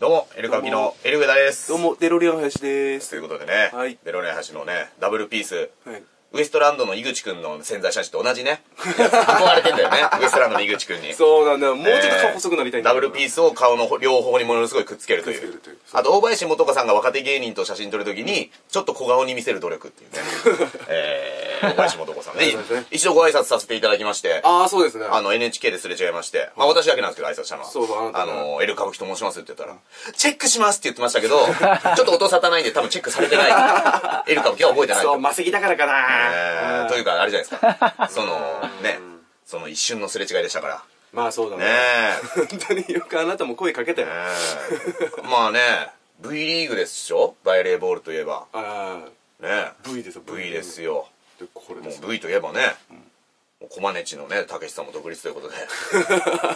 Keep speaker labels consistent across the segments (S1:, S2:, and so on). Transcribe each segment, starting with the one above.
S1: どうも、エルカブキのエルグダです。
S2: どうも、デロリアン林です。
S1: ということでね、
S2: はい
S1: デロレン橋のね、ダブルピース、
S2: はい。
S1: ウエストランドの井口くんの潜在写真と同じね、やつ憧れてんだ よね、ウエストランドの井口くんに。
S2: そうなんだ。もうちょっと顔細くなりたいんだ
S1: ダブルピースを顔の両方にものすごいくっつけるとい
S2: くっつけ
S1: う
S2: るというそ
S1: あと大林素子さんが若手芸人と写真撮るときにちょっと小顔に見せる努力って いうね、えー、大林素子さんね
S2: そうですね
S1: 一度ご挨拶させていただきましてあ
S2: ああ、そうですね。
S1: の NHK ですれ違いまして、まあ、私だけなんですけど挨拶したのは
S2: そうそうあなた
S1: あ
S2: ね
S1: の「エル歌舞伎と申します」って言ったら「チェックします」って言ってましたけど ちょっと音沙汰ないんで多分チェックされてない「エル歌舞伎は覚えてないと
S2: そう、
S1: 思う
S2: 魔石だからかな。
S1: えーというかあれじゃないです かそのねその一瞬のすれ違いでしたから
S2: まあそうだ
S1: ね
S2: ね。
S1: え
S2: 本当によくあなたも声かけたよ。あ
S1: えーまあね V リーグですよバイレーボールといえば
S2: あ
S1: ね
S2: ー、V ですよ、
S1: V ですよ
S2: でこれ
S1: も
S2: です。
S1: う V といえばね、もうコマネチのねたけしさんも独立ということ で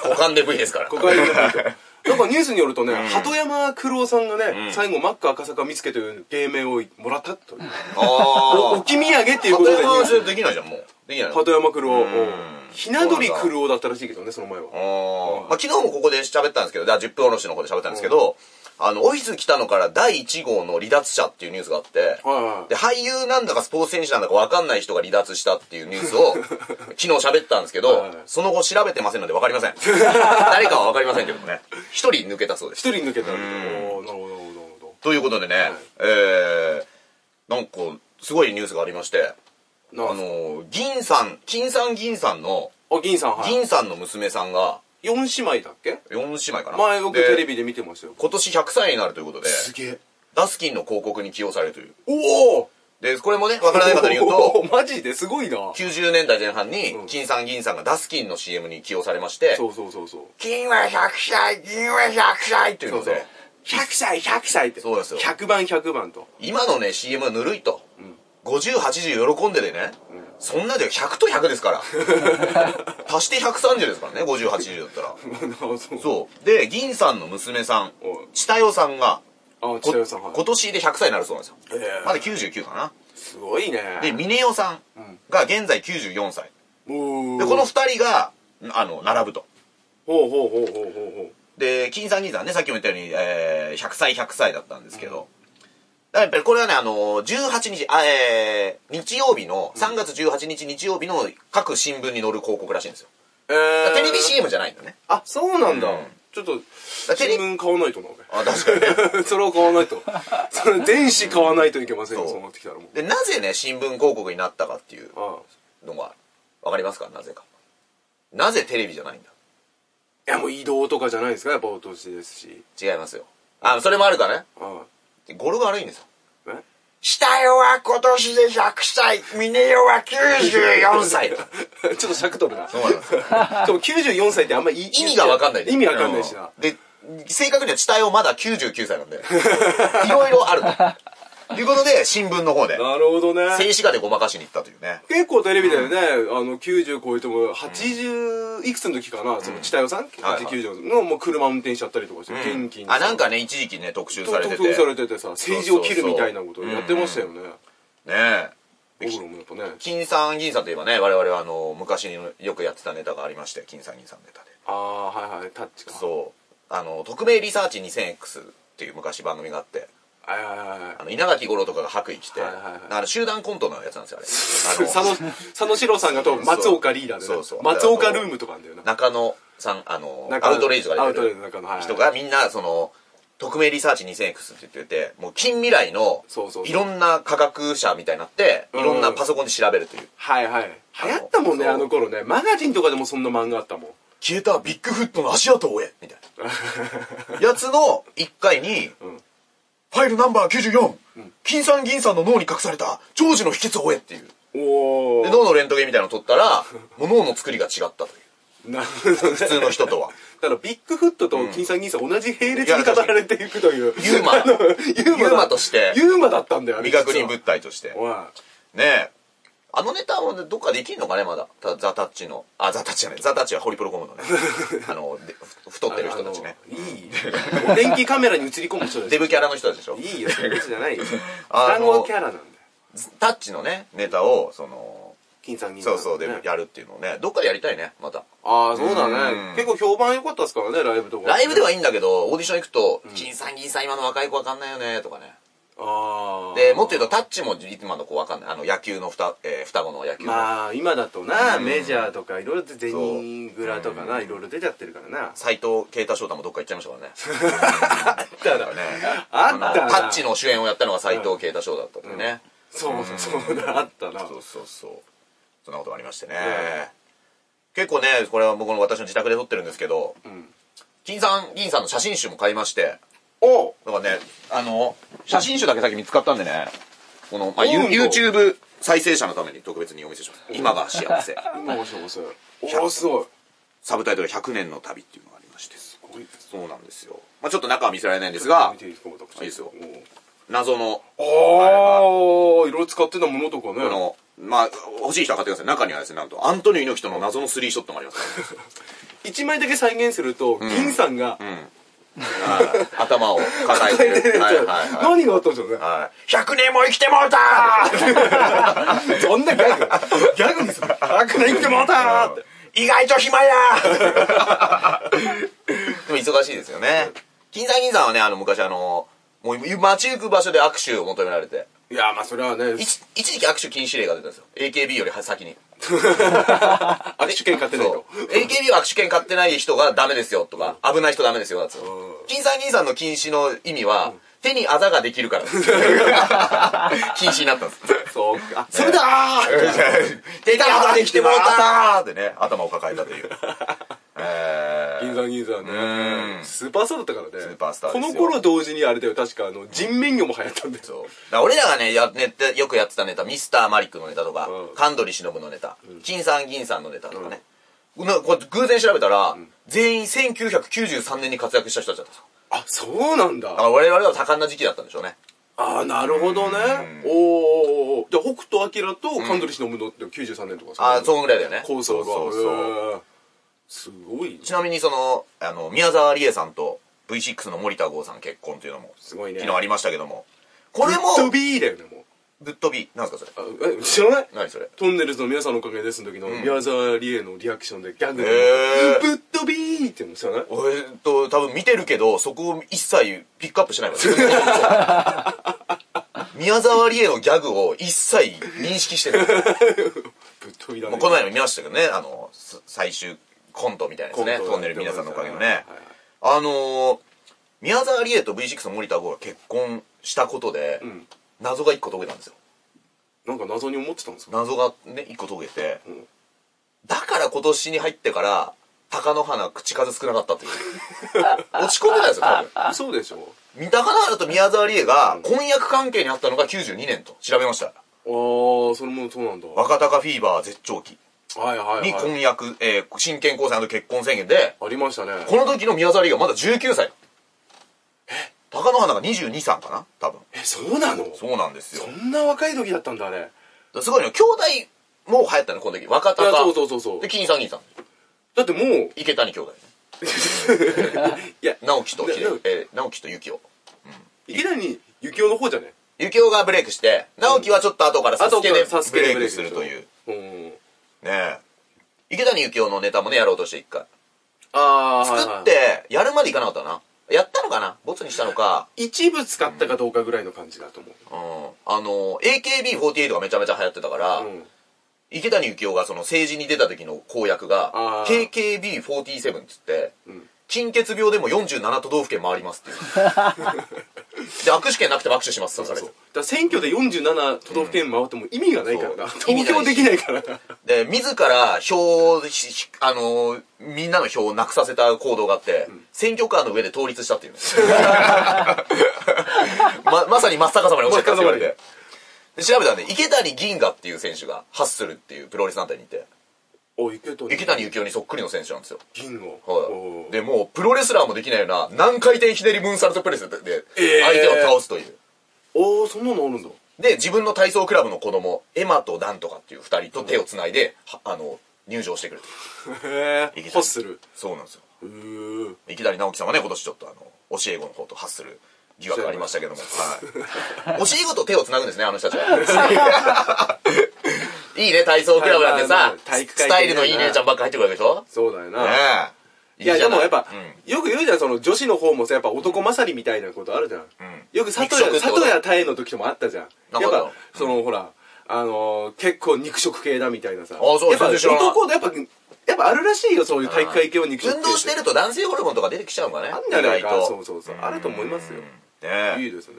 S1: 股間で V ですから
S2: ここは言うなとなんかニュースによるとね、鳩山九郎さんがね、最後、マック赤坂見つけという芸名をもらったという。お
S1: ああ
S2: 置き土産っていうこ
S1: 片
S2: とで、
S1: 山はできないじゃんもうできないの
S2: 鳩山九郎。うん
S1: ん
S2: ひな鳥九郎だったらしいけどね、その前は。
S1: あーまあ、昨日もここで喋ったんですけど、だ10分おろしの方で喋ったんですけど、あの、オフィス来たのから第1号の離脱者っていうニュースがあって、
S2: はいはい
S1: で、俳優なんだかスポーツ選手なんだか分かんない人が離脱したっていうニュース を、昨日喋ったんですけど、
S2: はいはい
S1: その後調べてませんので分かりま せん。誰かは分かりませんけどもね。一人抜けたそうです。
S2: 一人抜けたらしいおーなるほど、なるほど、なるほど。
S1: ということでね、えー、なんか、すごいニュースがありまして、
S2: な
S1: あ
S2: んか
S1: の、銀さん、金さん銀さんの、
S2: あ、銀さん、はい。
S1: 銀さんの娘さんが、
S2: 4姉妹だっけ
S1: 4姉妹かな。
S2: 前僕
S1: で
S2: テレビで見てましたよ
S1: 今年100歳になるということで、
S2: げえ
S1: ダスキンの広告に起用されるという。
S2: おお
S1: で、これもね、わからない方で言うと、
S2: マジですごいな
S1: 90年代前半に
S2: ん、
S1: 金さん銀さんがダスキンの CM に起用されまして、
S2: そうそうそうそう
S1: 金は100歳、銀は100歳という
S2: そう
S1: の
S2: そう
S1: で、
S2: 100歳100歳って
S1: そうですよ
S2: 100番100番と
S1: 今のね、CM はぬるいと。50、80喜んででね、そんなで100と100です から。足して130ですからね、50、80だったら。
S2: そう
S1: そう。で、銀さんの娘さん
S2: おい、
S1: 千代さんが、
S2: あ
S1: こ
S2: 千代さんはい
S1: 今年で100歳になるそうなんですよ。
S2: ええ
S1: まだ99かな。
S2: すごいね
S1: で、峰代さんが現在94歳。
S2: おー
S1: で、この二人が、あの、並ぶと。
S2: ほうほうほうほうほうほう
S1: で、金さん銀さんね、さっきも言ったように、えー100歳100歳だったんですけど、だからやっぱりこれはね、あの、18日、あえー日曜日の、3月18日日曜日の各新聞に載る広告らしいんですよ。
S2: え
S1: だ
S2: ー
S1: からテレビ CM じゃないんだね。
S2: あそうなんだ
S1: うん
S2: ちょっと
S1: だからテレ
S2: 新聞買わないとな俺
S1: あ、確かにね。
S2: それを買わないとそれ電子買わないといけませんよ
S1: そう
S2: そうなってきたらもう
S1: で、なぜね、新聞広告になったかっていう
S2: ああ
S1: のが、わかりますかなぜか。なぜテレビじゃないんだ
S2: いやもう移動とかじゃないですかやっぱお年ですし
S1: 違いますよ。あ、それもあるからね。
S2: ああ
S1: 語呂が悪いんですよ。
S2: え
S1: 下代は今年で100歳、峰代は94歳。
S2: ちょっと尺取るな。
S1: そうなんですよ。
S2: でも94歳ってあんまり
S1: 意味がわかんない
S2: 意味わかんないしな。
S1: うんで、正確には地代をまだ99歳なんで、 いろいろあると。ということで、新聞の方で、
S2: なるほど
S1: 静
S2: ね。
S1: 止画でごまかしに行ったというね。
S2: 結構テレビだよね、あの、90超えても、80いくつの時かな、その、地帯をさん、
S1: はい
S2: 80、90の、もう車運転しちゃったりとかして、元気に。
S1: あ、なん、かね、一時期ね、特集されてて。
S2: 特されててさ、政治を切るみたいなことをやってましたよね。
S1: ねえ。
S2: 僕らもやっぱね。
S1: 金さん銀さんといえばね、我々はあの、昔によくやってたネタがありまして、金さん銀さんのネタで。
S2: ああー、はいはい、タッチか。う。
S1: そう。あの、匿名リサーチ 2000X っていう昔番組があって、
S2: はいはいはいはい
S1: あの稲垣吾郎とかが白衣着て、
S2: はいはいはい
S1: あの集団コントのやつなんです よあれ
S2: 佐
S1: あの
S2: 野、佐野史郎さんがと松岡リーダーでね。
S1: そうそう
S2: 松岡ルームとかあんだよな。
S1: 中野さんあの
S2: 中
S1: ア
S2: 野
S1: ウトレイジが出
S2: ア
S1: て
S2: ウトレイ
S1: る
S2: ジの中の、はい。
S1: 人がみんなその匿名リサーチ 2000X って言っててもう近未来の
S2: そうそうそう
S1: いろんな科学者みたいになっていろんなパソコンで調べるという
S2: はいはい。流行ったもんね、
S1: そう
S2: あの頃ね。マガジンとかでもそんな漫画あった もん。
S1: 消えたビッグフットの足跡を追えみたいなやつの1回に、
S2: ん
S1: ファイルナンバー94、金さん銀さんの脳に隠された長寿の秘訣を追えっていう
S2: お
S1: で
S2: ー。
S1: 脳のレントゲンみたいなの撮ったらもう脳の作りが違ったという
S2: なるほど
S1: 普
S2: ね。
S1: 通の人とは
S2: だから、ビッグフットと金さん銀さん同じ並列に語られていくという。
S1: ユーマ
S2: あのユーマだ
S1: ユーマとして
S2: ユーマだったんだよ、あれ
S1: 未確認物体として
S2: 実は
S1: ねえあのネタはねどっかできんのかねまだたザ・タッチのあザ・タッチじゃないザ・タッチはホリプロコムの ねあのでふ太っ
S2: おい。
S1: てる人たちね
S2: あの。いい。電気カメラに映り込む人たち
S1: デブキャラの人たちでしょ
S2: いいよ、そういうことじゃないよ。
S1: あの
S2: 双子キャラなんだよ。
S1: タッチのね、ネタを、その、
S2: 金さん銀さん
S1: そ
S2: ね、
S1: うそう、で、やるっていうのをね、どっかでやりたいね、また。
S2: ああそうだ
S1: うん
S2: ね結構評判良かったですからねライブとか
S1: ライブではいいいんだけど、オーディション行くと、金さん銀さん今の若い子わかんないよね、とかね。
S2: ああ
S1: で、もっと言うと、タッチも今の子わかんない。あの、野球の双、えー双子の野球の。
S2: まあ今だとな、
S1: うん
S2: メジャーとかいろいろとデニングラとかな、いろいろ出ちゃってるからな
S1: 斎藤慶太翔太もどっか行っちゃいましたからね。
S2: だか
S1: だからね。
S2: あ
S1: の
S2: ったな
S1: タッチの主演をやったのが斎藤慶太翔だったんでね。
S2: そうそうだあったな
S1: そうそうそう。そんなことがありましてね
S2: え。
S1: 結構ね、これは僕の私の自宅で撮ってるんですけど、
S2: ん
S1: 金さん、銀さんの写真集も買いまして、
S2: お
S1: だからね、あの、写真集だけ先見つかったんでね、この、まあ、
S2: おう
S1: You-
S2: んと
S1: YouTube 再生者のために特別にお見せします。今が幸せ。
S2: 今面白い面白いおおすごい
S1: サブタイトル100年の旅っていうのがありまして、
S2: すごいです
S1: そうなんですよ。まあちょっと中は見せられないんですが
S2: 見、ていいですか私
S1: いいですよ
S2: お
S1: 謎の、
S2: おあーいろいろ使ってたものとかね
S1: この、まあ、欲しい人は買ってください。中にはですね、なんと、アントニオ猪木との謎のスリーショットもあります。
S2: 一枚だけ再現すると、銀さん
S1: は
S2: が
S1: い頭を抱え
S2: 書いて
S1: て
S2: る
S1: る。
S2: や
S1: はいはい
S2: つ
S1: はい。
S2: 何があったんでしょうね
S1: はい、100年も生きてもうた
S2: そんなギャグギャグにする100年生 きてもらったーって
S1: ー意外と暇やー でも忙しいですよね。金山銀山はね、あの、昔あの、もう街行く場所で握手を求められて、
S2: いやまあそれはね
S1: 一一時期握手禁止令が出たんですよ。AKB より先に。
S2: 握手券買ってないと
S1: そう AKB は握手券買ってない人がダメですよとか、危ない人ダメですよだっつうの
S2: うん
S1: 金さん銀さんの禁止の意味は、手にあざができるからです 禁止になったんです。
S2: そうかそれだー
S1: 手にあざできてもらったーってね、頭を抱えたという。 え
S2: 銀
S1: ー
S2: 座銀座ね
S1: うん
S2: スーパースターだったからね
S1: スーパースターで
S2: こ
S1: すよ
S2: の頃同時にあれだよ確かあの人面魚も流行ったんだよ
S1: そうだから俺らがねやねよくやってたネタミスターマリックのネタとか、
S2: うん
S1: カンドリシノブのネタ、金さん銀さんのネタとかね、なこれ偶然調べたら、全員1993年に活躍した人たちだったんですよ
S2: あそうなん
S1: だか
S2: だ
S1: ら我々は多感な時期だったんでしょうね
S2: あなるほどねおーおーおーじゃあ北斗晶とカントリー忍ぶのって93年とか
S1: あーそ
S2: うん
S1: ぐらいだよね
S2: 構想が
S1: そうそうそう
S2: へーすごいね
S1: ちなみにそのあの宮沢りえさんと V6 の森田剛さん結婚っていうのも
S2: すごいね
S1: 昨日ありましたけどもこれも
S2: ぶっ飛びだよねもう
S1: ぶっ飛びなんですかそれ
S2: あえ知らない
S1: 何それ
S2: トンネルズの皆さんのおかげですの時の宮沢りえのリアクションでギャグで
S1: へー
S2: 「ぶっ飛びー!」って言うの知らない
S1: 俺と多分見てるけどそこを一切ピックアップしない から宮沢りえのギャグを一切認識してない
S2: ぶっ飛びだ
S1: も
S2: ね
S1: うこの前も見ましたけどねあのす最終コントみたいなですね
S2: コント
S1: トンネル皆さんのおかげのね、
S2: はい
S1: あのー、宮沢りえと V6 の森田剛が結婚したことで、
S2: ん
S1: 謎が一個解けたんですよ
S2: なんか謎に思ってたんですか
S1: 謎がね一個解けて、
S2: ん
S1: だから今年に入ってから貴乃花口数少なかったという 落ち込んでないですよ多分
S2: 嘘でしょ
S1: 貴乃花と宮沢りえが婚約関係にあったのが92年と調べました
S2: ああそれもそうなんだは
S1: 若鷹フィーバー絶頂期
S2: いはい
S1: に
S2: はい
S1: 婚約、えー真剣交際結婚宣言で
S2: ありましたね
S1: この時の宮沢りえがまだ19歳貴乃花が22歳かな多分
S2: えそうなの
S1: そうなんですよ
S2: そんな若い時だったんだあれ
S1: すごいのよ兄弟も流行ったのこの時若
S2: いやそ
S1: 隆
S2: うそうそうそう
S1: で金さん銀さん
S2: だってもう
S1: 池谷兄弟ね
S2: いや
S1: 直樹と秀
S2: なな
S1: えー直樹と幸男
S2: 池谷幸雄の方じゃね
S1: 幸男がブレイクして直樹はちょっと後からサスケで
S2: サス
S1: ブ
S2: ケ
S1: レ
S2: で
S1: イ
S2: ブ
S1: ク
S2: レイク
S1: するという
S2: うん
S1: ねえ池谷幸雄のネタもねやろうとして一回
S2: ああ
S1: 作ってやるまでいかなかったなやったのかなボツにしたのか
S2: 一部使ったかどうかぐらいの感じだと思
S1: うん
S2: う
S1: あの AKB48 がめちゃめちゃ流行ってたから、
S2: うん
S1: 池谷幸雄がその政治に出た時の公約が
S2: あー
S1: KKB47 っつって、
S2: ん
S1: 金血病でも47都道府県回りますっていう で握手券なくても握手しますって
S2: そ
S1: 言
S2: う
S1: われ
S2: そうだから選挙で47都道府県回っても意味がないからな、
S1: うんそう
S2: 投票できないからな
S1: てで自ら票をひひあのーみんなの票をなくさせた行動があって、選挙カーの上で倒立したっていうね ままさに真っ逆さまに教えたって言われてで調べたんで池谷銀河っていう選手がハッスルっていうプロレス団体にいて
S2: お池谷
S1: 池谷幸雄にそっくりの選手なんですよ
S2: 銀を
S1: は
S2: お
S1: い。
S2: ー
S1: で、もうプロレスラーもできないような、何回転ひねりムーンサルトプレスで、で
S2: えー
S1: 相手を倒すという。
S2: おーそんなのあるんだ
S1: で、自分の体操クラブの子供、エマとダンとかっていう二人と手をつないで、はあの、入場してくるという。
S2: へえハッスル
S1: そうなんですよ。
S2: うー
S1: 池谷直樹さんはね、今年ちょっとあの、教え子の方とハッスル、疑惑ありましたけども。はい。お仕事手を繋ぐんですね、あの人たちは。 いいね、体操クラブなんて
S2: はいまあま
S1: さ
S2: あ、体育会系
S1: スタイルのいい姉ちゃんばっか入ってくるわけでしょ
S2: そうだよな、
S1: ねえ。
S2: いや
S1: じ
S2: で
S1: ゃな
S2: もやっぱ、
S1: う
S2: よく言うじゃんその女子の方もさやっぱ男勝りみたいなことあるじゃん、
S1: ん
S2: よく里
S1: 肉食
S2: 谷
S1: ってこと
S2: 里谷太の時ともあったじゃん
S1: なん
S2: や
S1: か
S2: っ
S1: あ
S2: ぱ、
S1: るよ
S2: そのほらあのー結構肉食系だみたいなさ
S1: あそう
S2: やっぱ
S1: 全然知らない
S2: 男でやっぱやっぱあるらしいよそういう体育会系は肉食系
S1: 運動してると男性ホルモンとか出てきちゃうのかね。
S2: あんじゃないか
S1: 意外と
S2: そうそうそうあると思いますよ
S1: ねえ
S2: いいですね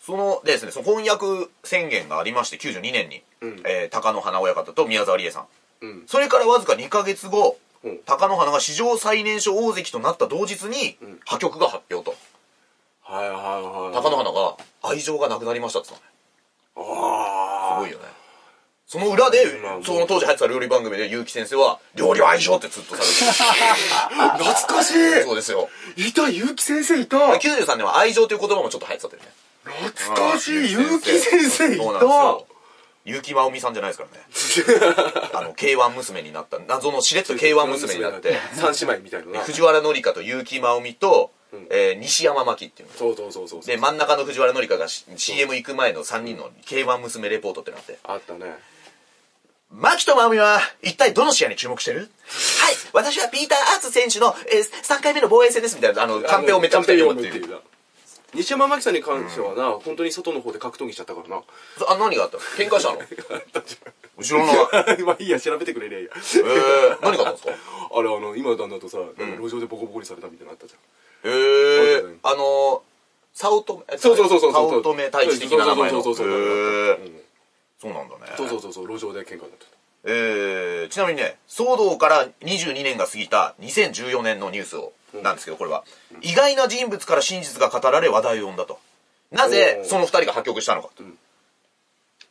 S1: そのでですね、その翻訳宣言がありまして、92年に、
S2: うん
S1: えー高野花親方と宮沢りえさん。
S2: うん
S1: それからわずか2ヶ月後、
S2: うん
S1: 高野花が史上最年少大関となった同日に、
S2: ん
S1: 破局が発表と。
S2: はいはいはい
S1: 高野花が愛情がなくなりましたって言ったのね
S2: あ
S1: す
S2: あ
S1: ごいよね。その裏で
S2: まあ、
S1: その当時入ってた料理番組で結城先生は、料理は愛情ってずっとさ
S2: 懐かし
S1: れて る。そうですよ。
S2: いいた結城先生いた
S1: 93年は愛情という言葉もちょっと入ってたんだよね。
S2: 懐かしい結城先生い
S1: そうなん
S2: た
S1: ですよ。結城まおみさんじゃないですからね。 あの、K1 娘になった、謎のしれっと K1 娘になって、
S2: 三姉妹みたいなな
S1: 藤原紀香と結城まおみと、えー西山真紀っていうの。
S2: そうそうそうそう
S1: で、真ん中の藤原紀香がし CM 行く前の3人の K1 娘レポートってなって、
S2: あったね
S1: マキとマオミは一体どの試合に注目 してるはい、私はピーター・アーツ選手の、え3回目の防衛戦ですみたいな、あの、カンペをめちゃくちゃ読むっていう。
S2: う西山真紀さんに関してはな、本当に外の方で格闘技しちゃったからな
S1: そあ、何があったの喧嘩したの 後ろの、え
S2: まあいいや調べてくれりゃいいや
S1: ー、何があったんですか
S2: あれあの今の旦那とさ、路上でボコボコにされたみたいなのあったじゃん
S1: え
S2: そう
S1: ー、あの早乙女、え
S2: そうそうそうそう
S1: 早乙女太一的な名前の。
S2: そうそうそうそう
S1: へーそうなんだね。
S2: そうそうそうそう路上で喧嘩になって
S1: えー、ちなみにね、騒動から22年が過ぎた2014年のニュースを、なんですけど、これは、意外な人物から真実が語られ話題を呼んだと。なぜ
S2: おー
S1: その二人が破局したのかと
S2: ん。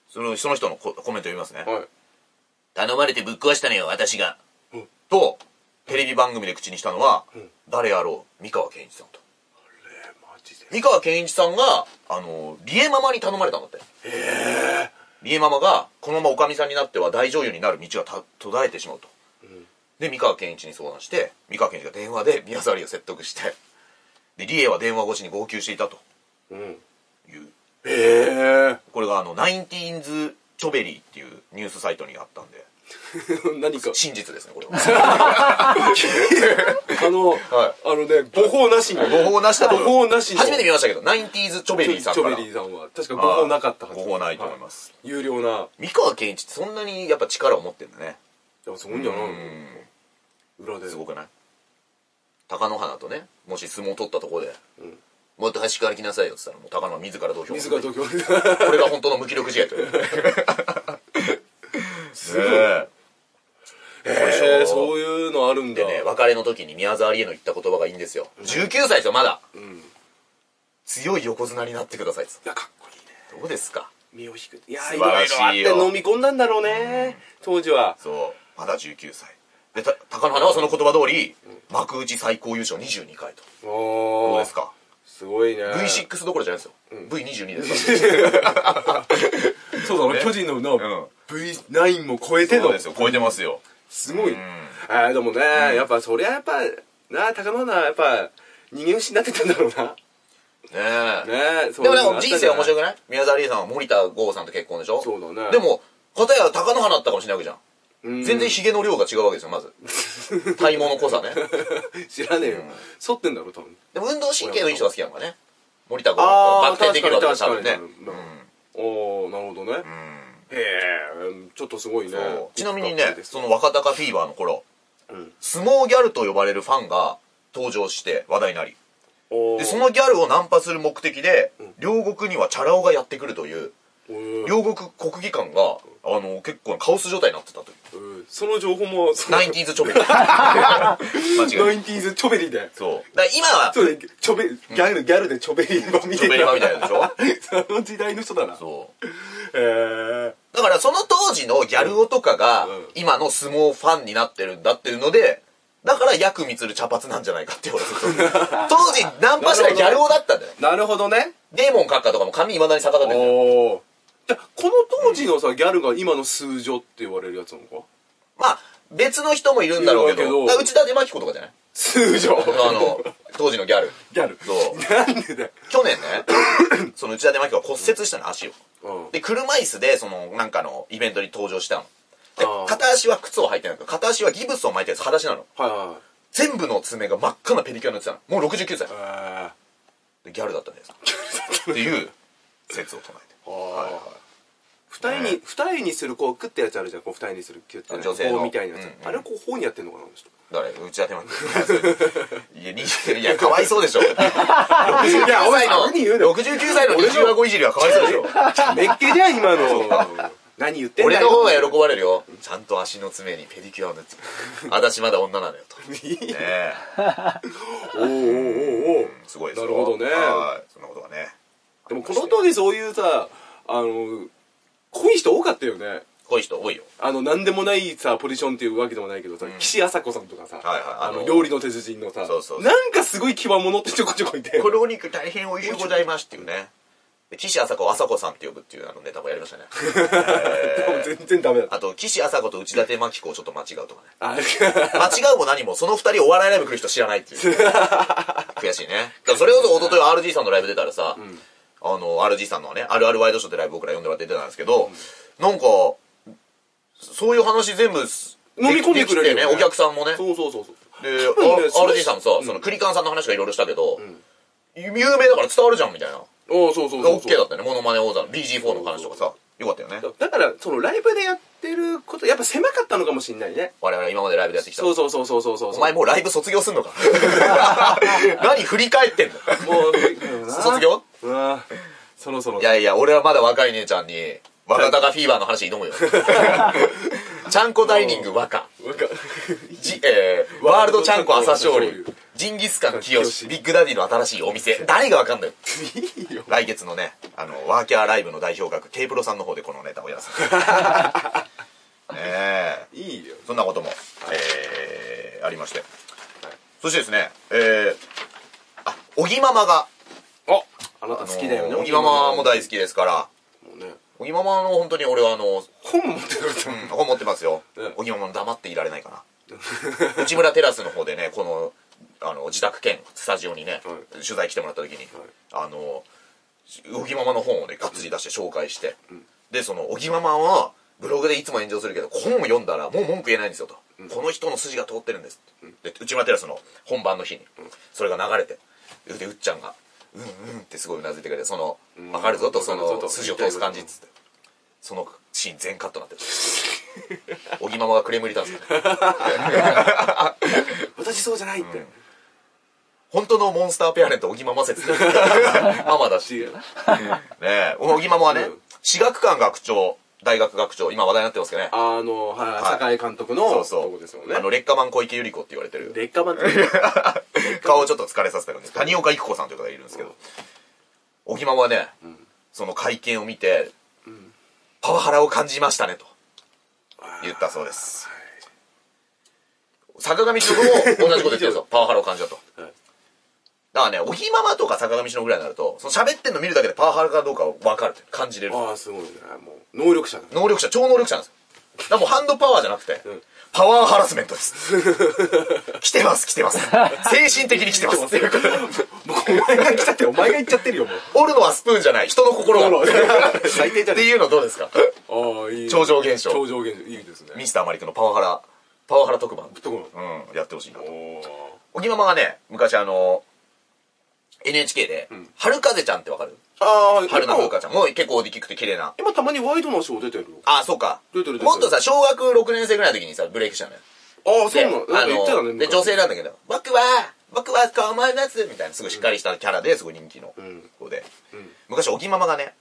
S1: そのその人のココメント読みますね
S2: た。はい
S1: 頼まれてぶっ壊したのよ、私が
S2: うん。
S1: と、テレビ番組で口にしたのは、誰あろう、三河健一さんと。
S2: えマジで
S1: 三河健一さんが、あの、リエママに頼まれたんだって。ええリエママが、このままおかみさんになっては大女優になる道がた途絶えてしまうと。で、三河健一に相談して、三河健一が電話で宮沢りえを説得して、で、リエは電話越しに号泣していたと
S2: うん
S1: いう。
S2: え
S1: これが、あの、ナインティーンズ・チョベリーっていうニュースサイトにあったんで、
S2: え 何か
S1: 真実ですね、これ は。
S2: あの、あのね誤報なしに
S1: 誤報なしだと
S2: 誤報なしの
S1: 初めて見ましたけど、ナインティーズ・チョベ
S2: チ
S1: リーさんか
S2: ョ
S1: ら。
S2: ベリーさんは確か誤報なかったはず
S1: 誤報ないと思います
S2: は有料な
S1: 三河健一ってそんなにやっぱ力を持ってるんだね。
S2: いやすごいんじゃない裏です
S1: ごくない貴乃花とねもし相撲取ったところで、もっと端から来なさいよって言ったらもう貴乃花自ら土俵
S2: 水
S1: こ
S2: が土 俵に
S1: れが本当の無気力試合というすごい、ね
S2: へえそういうのあるんだ
S1: でね別れの時に宮沢りえの言った言葉がいいんですよ、19歳ですよまだ、強い横綱になってくださいって
S2: いやかっこいいね
S1: どうですか
S2: 身を引くいや
S1: 素
S2: い
S1: 晴
S2: ろ
S1: ら
S2: い
S1: し
S2: ろあっ
S1: い
S2: て
S1: よ
S2: 飲み込んだんだろうね当時は
S1: そうまだ19歳でた貴乃花はその言葉通り、幕内最高優勝22回とどう
S2: お
S1: ですか
S2: すごいね
S1: V6 どころじゃないですよ、V22 ですから
S2: そうだろ巨人のな V9 も超えて
S1: そう
S2: の
S1: ですよ超えてますよ
S2: すごいあーでもねやっぱそりゃやっぱな高野はやっぱ人間失ってたんだろうな
S1: ねえ
S2: ね
S1: でもなんか人生は面白
S2: い
S1: くない宮沢りえさんは森田剛さんと結婚でしょ
S2: そうだね
S1: でも片や貴乃花だったかもしれないわけじゃん、
S2: うん
S1: 全然ヒゲの量が違うわけですよ まず体毛の濃さね
S2: 知らねえよ剃ってんだろ多分
S1: でも運動神経のいい人が好きなのかね森田剛
S2: あ
S1: バク
S2: ー
S1: 転できるわけですよ多
S2: 確
S1: 分
S2: かに
S1: ね
S2: 確かにおおなるほどねへえちょっとすごいね
S1: そうちなみに
S2: いい
S1: ね
S2: です
S1: その若隆フィーバーの頃、
S2: ん
S1: 相撲ギャルと呼ばれるファンが登場して話題になり
S2: おー
S1: でそのギャルをナンパする目的で両国にはチャラ男がやってくるという
S2: おー
S1: 両国国技館が、あの、結構カオス状態になってたという。
S2: うんその情報もその
S1: ナインティーズチ ョベリー。間
S2: ナ
S1: 違いない。
S2: インティーズチョベリーで。
S1: そう。だから今は、
S2: そうだよチョベ、ギャル、ギャルでチョベリー版みた
S1: チ
S2: いな。
S1: ョベリ版みたいなで
S2: しょ その時代の人だな。
S1: そう。
S2: へー
S1: だからその当時のギャル男とかが
S2: うん、
S1: 今の相撲ファンになってるんだっていうので、だから、ヤクミツル茶髪なんじゃないかって言われて た。当時、ナンパしたらギャル男だったんだよ。
S2: なるほどね。
S1: デーモン閣下とかも髪未だに逆立ててる。
S2: おーじゃあ、この当時のさ、ギャルが今の数女って言われるやつなのか
S1: まあ、別の人もいるんだろうけ
S2: いる
S1: ど、
S2: わけど
S1: だから内田出真紀子とかじゃない
S2: 通常
S1: あの、当時のギャル。
S2: ギャル
S1: そう
S2: なんでだよ
S1: 去年ね、 その内田で真紀が骨折したの、足を。
S2: うん
S1: で、車椅子で、その、なんかのイベントに登場したの。で
S2: あー、
S1: 片足は靴を履いてないけど、片足はギブスを巻いたやつ、裸足なの。
S2: はいは
S1: 全部の爪が真っ赤なペリキュアになってたの。もう69歳
S2: い。はい
S1: でギャルだったんですか。っていう説を唱え て。
S2: えーはいはい二重に、二重にするこうクッてやつあるじゃんこう二重にするキュッてね
S1: 女性の
S2: 棒みたいなやつ、
S1: うんうん
S2: あれをこう頬にやってんのかなあの人
S1: 誰内田手巻 いや、にいや、かわいそうでしょ。69
S2: いやお前
S1: 歳の、
S2: 何言うの
S1: 69歳の20話後いじりはかわいそうで しょ。
S2: めっけじゃん今の何言ってんだ
S1: 俺
S2: よ
S1: の方が喜ばれるよ。ちゃんと足の爪にペディキュアを塗って。私まだ女なの よ、と。ねえ。
S2: おうおうおうおう
S1: すごいですよ
S2: なるほどね
S1: はい。そんなことがね。
S2: でもこの当時そういうさあの濃い人多かったよね
S1: こういう人多いよ。
S2: あの何でもないさポジションっていうわけでもないけどさ、岸朝子さんとかさ、
S1: はいはい
S2: あの
S1: あの
S2: 料理の手筋のさ
S1: そうそうそう
S2: なんかすごい際物ってちょこちょこいて
S1: このお肉大変美味しゅうございますっていうね。で岸朝子を朝子さんって呼ぶっていうあのネタもやりました ね。
S2: 全然ダメだった
S1: あと、岸朝子と内館真紀子をちょっと間違うとかね。
S2: あ
S1: 間違うも何も、その二人お笑いライブ来る人知らない っていう。悔しいね。だからそれこそ一昨日 RG さんのライブ出たらさ、あの、RG さんのね、あるあるワイドショーってライブ僕ら呼んでもらって出たんですけど、なんか、そういう話全部、
S2: 飲み込んでくれるよね
S1: きてね、お客さんもね。
S2: そうそうそうそう
S1: で、
S2: 多分ね
S1: あ
S2: それ
S1: RG さんもさ、そのクリカンさんの話がいろいろしたけど、有名だから伝わるじゃんみたいな。
S2: ああそうそうそうそう
S1: OK だったね、モノマネ王座の BG4 の話とかさ。よかったよね。
S2: だからそのライブでやってることやっぱ狭かったのかもしんないね
S1: 我々今までライブでやってきた。
S2: そうそうそうそうそうそう
S1: お前もうライブ卒業す んのか何振り返ってんの
S2: もう
S1: 卒業
S2: うんそろそろ
S1: いやいや、俺はまだ若い姉ちゃんに、若隆フィーバーの話挑 むよ。ちゃんこダイニング若。
S2: わか
S1: じえー、ワールドちゃんこ朝勝利。ジンギスカン清志。ビッグダディの新しいお店。誰がわかんないよ。
S2: いいよ
S1: 来月のね、あの、ワーキャーライブの代表格、K プロさんの方でこのネタをやらせて。 ねえ。
S2: いいよ
S1: そんなことも、えー、ありまして。そしてですね、えー、あ、おぎママが、
S2: ああなた好きだよね
S1: おぎママも大好
S2: き
S1: きですから、
S2: もうね
S1: おぎママの本当に俺はあの、
S2: 本持ってくれた
S1: うん、本持ってますよ
S2: うん。
S1: おぎママの黙っていられないかな。 内村テラスの方でね、この、あの、自宅兼スタジオにね、
S2: はい
S1: 取材来てもらった時に、あの、おぎママの本をね、がっつり出して紹介して、で、その、おぎママは、ブログでいつも炎上するけど、本を読んだらもう文句言えないんですよと。この人の筋が通ってるんですって。で、内村テラスの本番の日に、それが流れて、で、うっちゃんが、うんうんってすごいうなずいてくれて、その、わかるぞと、
S2: わか
S1: そ
S2: るぞと
S1: の、筋を通す感じっつって。そのシーン全カットになってる。 おぎママがクレーム入れたんですよ。
S2: 私そうじゃないって
S1: 本当のモンスターペアレント、おぎママ説。ママだ し。
S2: 違うな
S1: ねえ、小木ママはね、
S2: うん
S1: 私学館学長、大学学長、今話題になってますけどね。
S2: あのはい
S1: い
S2: 酒井監督の
S1: そうそ
S2: と
S1: う。
S2: こですよね
S1: あの、劣化版小池百合子って言われてる。
S2: 劣化版って いうか
S1: 顔をちょっと疲れさせた感じ。谷岡育子さんという方がいるんですけど、小木ママはね、その会見を見て、パワハラを感じましたね、と言ったそうです。坂上忍も同じこと言ってるん ですよ。パワハラを感じたと。
S2: はい
S1: だからね、おぎママとか坂上忍ぐらいになると、その喋ってんの見るだけでパワハラかどうか分かるって感じれる。
S2: ああすごいねもう能力者だ
S1: 能力者、超能力者なんですよ。だからもうハンドパワーじゃなくて、パワーハラスメントです。 来てます、来てます。精神的に来てます。
S2: もうお前が来ちゃってお前が行っちゃってるよもう
S1: 折るのはスプーンじゃない、人の心が。
S2: 最低じ
S1: っ
S2: ゃ
S1: て
S2: ねえ
S1: いうのどうですか
S2: ああいい
S1: 超常現象
S2: 超常現象いいですね
S1: ミスターマリックのパワハラ、パワハラ特番。
S2: ところ
S1: うん、やってほしいなと。
S2: おー
S1: 小木ママがね、昔あの、NHK で、春風ちゃんってわかる
S2: ああ
S1: 春菜風花ちゃん。もう結構大きくて綺麗な。
S2: 今たまにワイドナショー出てる
S1: ああ、そうか。
S2: 出てる出てる
S1: もっとさ、小学6年生ぐらいの時にさ、ブレイクしたのよ。
S2: ああそう
S1: で
S2: なのなんか言ってた
S1: あ
S2: ね
S1: ので女性なんだけど「僕は僕はこう思います」みたいなすごいしっかりしたキャラですごい人気の
S2: ん
S1: 子で、昔おぎママがね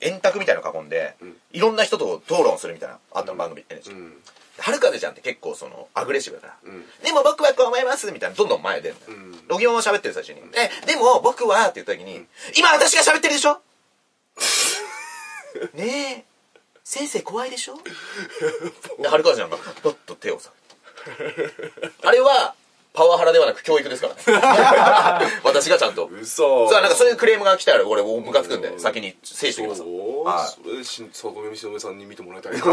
S1: 円卓みたいなの囲んで、いろんな人と討論するみたいなあったの番組ってね、
S2: ん
S1: はるかぜちゃんって結構そのアグレッシブだから、でも僕はこう思いますみたいなどんどん前へ出るのよ、
S2: ん
S1: でおぎママ喋ってる最初に、えでも僕はって言った時に、今私が喋ってるでし ょねえ先生怖いで しょで、はるかちゃんが、パッと手をさ。あれは、パワハラではなく教育ですから ね。私がちゃんと。
S2: 嘘
S1: さあ、なんかそういうクレームが来たら、俺、ムカつくんで、先に制しておきます。
S2: そう、
S1: はい
S2: それし坂上忍さんに見てもら いたいな
S1: パ